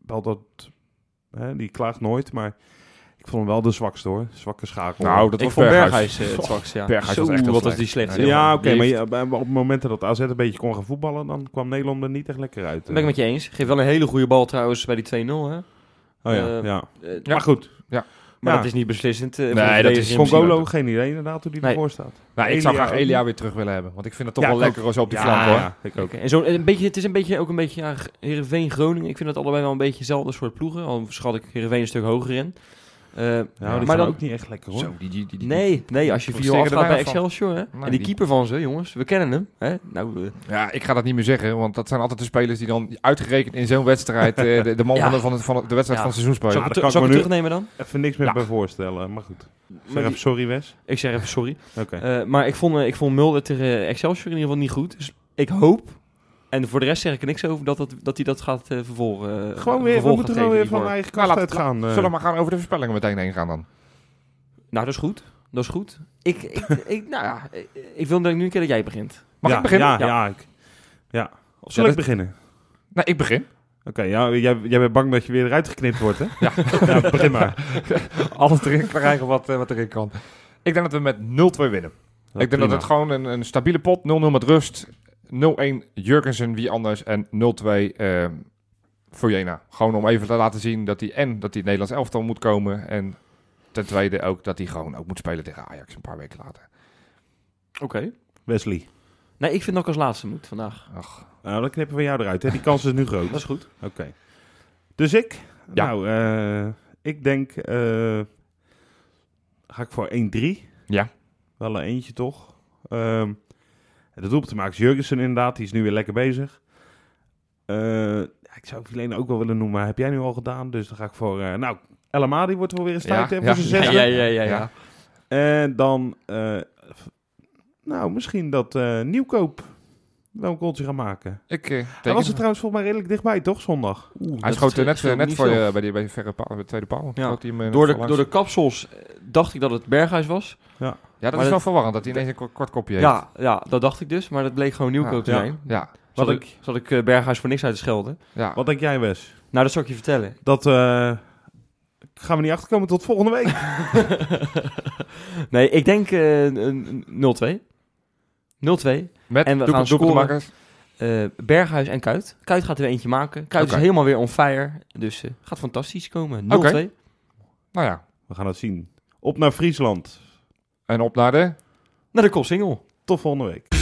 [SPEAKER 1] wel dat... Hè, die klaagt nooit, maar ik vond hem wel de zwakste hoor. Zwakke schakel.
[SPEAKER 2] Nou, dat
[SPEAKER 3] ik
[SPEAKER 2] was
[SPEAKER 3] vond
[SPEAKER 2] Berghuis.
[SPEAKER 3] Berghuis eh, het zwakste, ja.
[SPEAKER 2] Berghuis was
[SPEAKER 3] Zo,
[SPEAKER 2] echt heel
[SPEAKER 3] wat was
[SPEAKER 2] slecht.
[SPEAKER 3] die slecht.
[SPEAKER 2] Ja,
[SPEAKER 3] zeg.
[SPEAKER 1] ja, oké,
[SPEAKER 3] Die
[SPEAKER 1] maar
[SPEAKER 3] heeft-
[SPEAKER 1] je- eh, op op momenten dat AZ een beetje kon gaan voetballen, dan kwam Nederland er niet echt lekker uit. eh.
[SPEAKER 3] Dat ben ik met je eens. Geeft wel een hele goede bal trouwens bij die 2-0, hè. Eh,
[SPEAKER 1] Oh ja,
[SPEAKER 3] eh,
[SPEAKER 1] ja.
[SPEAKER 2] Ja.
[SPEAKER 1] Maar goed,
[SPEAKER 3] Maar
[SPEAKER 1] Ja.
[SPEAKER 3] dat is niet beslissend. eh, voor
[SPEAKER 2] Nee,
[SPEAKER 3] de
[SPEAKER 2] dat
[SPEAKER 3] verdediging
[SPEAKER 2] is
[SPEAKER 3] in principe.
[SPEAKER 1] Congolo, geen idee inderdaad hoe die
[SPEAKER 3] Nee.
[SPEAKER 1] ervoor staat.
[SPEAKER 2] Nou, ik zou
[SPEAKER 1] Elia
[SPEAKER 2] graag
[SPEAKER 1] ook.
[SPEAKER 2] Elia weer terug willen hebben. Want ik vind het toch
[SPEAKER 1] Ja,
[SPEAKER 2] wel
[SPEAKER 1] ik
[SPEAKER 2] lekker als op die
[SPEAKER 1] Ja,
[SPEAKER 2] flank hoor.
[SPEAKER 1] ja, ik ook.
[SPEAKER 3] Oké, En zo, en een beetje, het is een beetje, ook een beetje ja, Heerenveen, Groningen. Ik vind dat allebei wel een beetje hetzelfde soort ploegen. Al schat ik Heerenveen een stuk hoger in. Eh,
[SPEAKER 1] Ja, maar die
[SPEAKER 3] maar
[SPEAKER 1] gaan
[SPEAKER 3] dan,
[SPEAKER 1] ook niet echt lekker hoor.
[SPEAKER 2] Zo, die, die, die, die-
[SPEAKER 3] nee, nee, als je
[SPEAKER 2] Wat
[SPEAKER 3] 4
[SPEAKER 2] steken
[SPEAKER 3] afgaat
[SPEAKER 2] er
[SPEAKER 3] bij
[SPEAKER 2] bijna van.
[SPEAKER 3] Excelsior. Hè?
[SPEAKER 2] Nee,
[SPEAKER 3] en die
[SPEAKER 2] die-
[SPEAKER 3] keeper van ze, jongens, we kennen hem. Hè? Nou, eh,
[SPEAKER 2] Ja, ik ga dat niet meer zeggen. Want dat zijn altijd de spelers die dan uitgerekend in zo'n wedstrijd... eh, de, de man
[SPEAKER 3] Ja.
[SPEAKER 2] van, de, van, het- van het- de wedstrijd
[SPEAKER 3] Ja.
[SPEAKER 2] van het
[SPEAKER 3] zal
[SPEAKER 2] seizoen spelen.
[SPEAKER 1] dat
[SPEAKER 3] ik het
[SPEAKER 1] kan ik
[SPEAKER 3] zal ik
[SPEAKER 1] me
[SPEAKER 3] het
[SPEAKER 1] nu-
[SPEAKER 3] terugnemen dan?
[SPEAKER 1] Even niks meer
[SPEAKER 2] Ja.
[SPEAKER 1] bij voorstellen, maar goed. Zeg
[SPEAKER 3] Maar die-
[SPEAKER 1] even sorry Wes.
[SPEAKER 3] ik zeg even sorry.
[SPEAKER 1] Oké.
[SPEAKER 3] Eh, maar ik vond, eh, ik vond Mulder tegen eh, Excelsior in ieder geval niet goed. Dus ik hoop, en voor de rest zeg ik er niks over, dat, dat, dat hij dat gaat eh, vervolgen. eh,
[SPEAKER 1] Gewoon weer, we
[SPEAKER 3] vervolg
[SPEAKER 1] moeten
[SPEAKER 3] gaat
[SPEAKER 1] gewoon weer
[SPEAKER 3] geven hiervoor.
[SPEAKER 1] van eigen
[SPEAKER 2] Nou,
[SPEAKER 1] kast eh.
[SPEAKER 2] laat-
[SPEAKER 1] uit gaan.
[SPEAKER 2] Zullen we maar gaan over de voorspellingen meteen heen gaan dan?
[SPEAKER 3] Nou, dat is goed. Dat is goed. Ik, ik, ik, nou ja, ik- ik wil denk nu een keer dat jij begint.
[SPEAKER 2] Mag
[SPEAKER 1] ja,
[SPEAKER 2] ik beginnen?
[SPEAKER 1] Ja,
[SPEAKER 3] Ja.
[SPEAKER 1] ja. ik, ja. Of zal
[SPEAKER 2] Ja,
[SPEAKER 1] ik beginnen?
[SPEAKER 2] Nou, ik begin.
[SPEAKER 1] Oké, ja, jij, jij bent bang dat je weer eruit geknipt wordt, hè?
[SPEAKER 2] Ja.
[SPEAKER 1] ja begin maar.
[SPEAKER 2] Alles erin krijgen wat, eh, wat erin kan. Nou, Ik denk dat we met 0-2 winnen. ik denk
[SPEAKER 1] Prima.
[SPEAKER 2] dat het gewoon een, een stabiele pot. 0-0 met rust. 0-1 Jurgensen, wie anders. En 0-2 ehm voor Jena. Gewoon om even te laten zien dat hij en dat hij het Nederlands elftal moet komen. En ten tweede ook dat hij gewoon ook moet spelen tegen Ajax een paar weken later.
[SPEAKER 3] Oké.
[SPEAKER 1] Wesley.
[SPEAKER 3] Nee, ik vind dat ik als laatste moet vandaag.
[SPEAKER 2] Ach,
[SPEAKER 1] Nou, dan knippen we jou eruit, hè? Die kans is nu groot.
[SPEAKER 3] Dat is goed.
[SPEAKER 1] Oké. Dus ik?
[SPEAKER 2] Ja.
[SPEAKER 1] Nou, eh, ik denk... eh, ga ik voor 1-3?
[SPEAKER 2] Ja.
[SPEAKER 1] Wel een eentje, toch? Ehm de doelpuntenmaker is Jurgensen inderdaad. Die is nu weer lekker bezig. Eh, ja, ik zou Vilena ook wel willen noemen. maar Heb jij nu al gedaan? Dus dan ga ik voor... eh nou, El Amadi wordt wel weer eens
[SPEAKER 2] Ja,
[SPEAKER 1] tijd hè,
[SPEAKER 2] ja,
[SPEAKER 1] voor zijn
[SPEAKER 2] ja,
[SPEAKER 1] zesde.
[SPEAKER 3] ja,
[SPEAKER 2] ja.
[SPEAKER 1] En dan... eh, f- nou, misschien dat eh, Nieuwkoop wel een goaltje gaat maken.
[SPEAKER 2] Ik eh,
[SPEAKER 1] Hij
[SPEAKER 2] teken
[SPEAKER 1] was er
[SPEAKER 2] hem.
[SPEAKER 1] trouwens volgens mij redelijk dichtbij, toch? Zondag.
[SPEAKER 2] Hij schoot er net, eh, net voor je, bij, die, bij die verre paal, bij de tweede paal.
[SPEAKER 3] Ja.
[SPEAKER 2] Schoot hij hem, eh,
[SPEAKER 3] Door de,
[SPEAKER 2] langs.
[SPEAKER 3] door de kapsels eh, dacht ik dat het Berghuis was.
[SPEAKER 2] ja, dat
[SPEAKER 3] maar
[SPEAKER 2] is wel
[SPEAKER 3] dat-
[SPEAKER 2] verwarrend dat hij ineens een kort, kort kopje heeft.
[SPEAKER 3] Ja, ja, dat dacht ik dus, maar dat bleek gewoon Nieuwkoop
[SPEAKER 2] Ja.
[SPEAKER 3] te
[SPEAKER 1] Ja.
[SPEAKER 3] zijn.
[SPEAKER 2] ja.
[SPEAKER 3] Zat
[SPEAKER 1] Wat
[SPEAKER 3] ik, zat ik eh, Berghuis voor niks uit te schelden.
[SPEAKER 2] ja.
[SPEAKER 1] Wat denk jij, Wes?
[SPEAKER 3] Nou, dat zal ik je vertellen.
[SPEAKER 1] Dat eh, gaan we niet achterkomen tot volgende week.
[SPEAKER 3] nee, ik denk eh, een- een 0-2. 0-2.
[SPEAKER 2] Met
[SPEAKER 3] En we gaan scoren.
[SPEAKER 2] doelpunt- doelpuntenmakers.
[SPEAKER 3] Eh, Berghuis en Kuit. Kuit gaat er weer eentje maken. Kuit
[SPEAKER 2] Oké.
[SPEAKER 3] is helemaal weer on fire. Dus eh, gaat fantastisch komen. 0-2.
[SPEAKER 2] Oké. Nou ja,
[SPEAKER 1] We gaan het zien. Op naar Friesland.
[SPEAKER 2] en op naar de...
[SPEAKER 3] Naar de kopsingel.
[SPEAKER 1] Tot volgende week.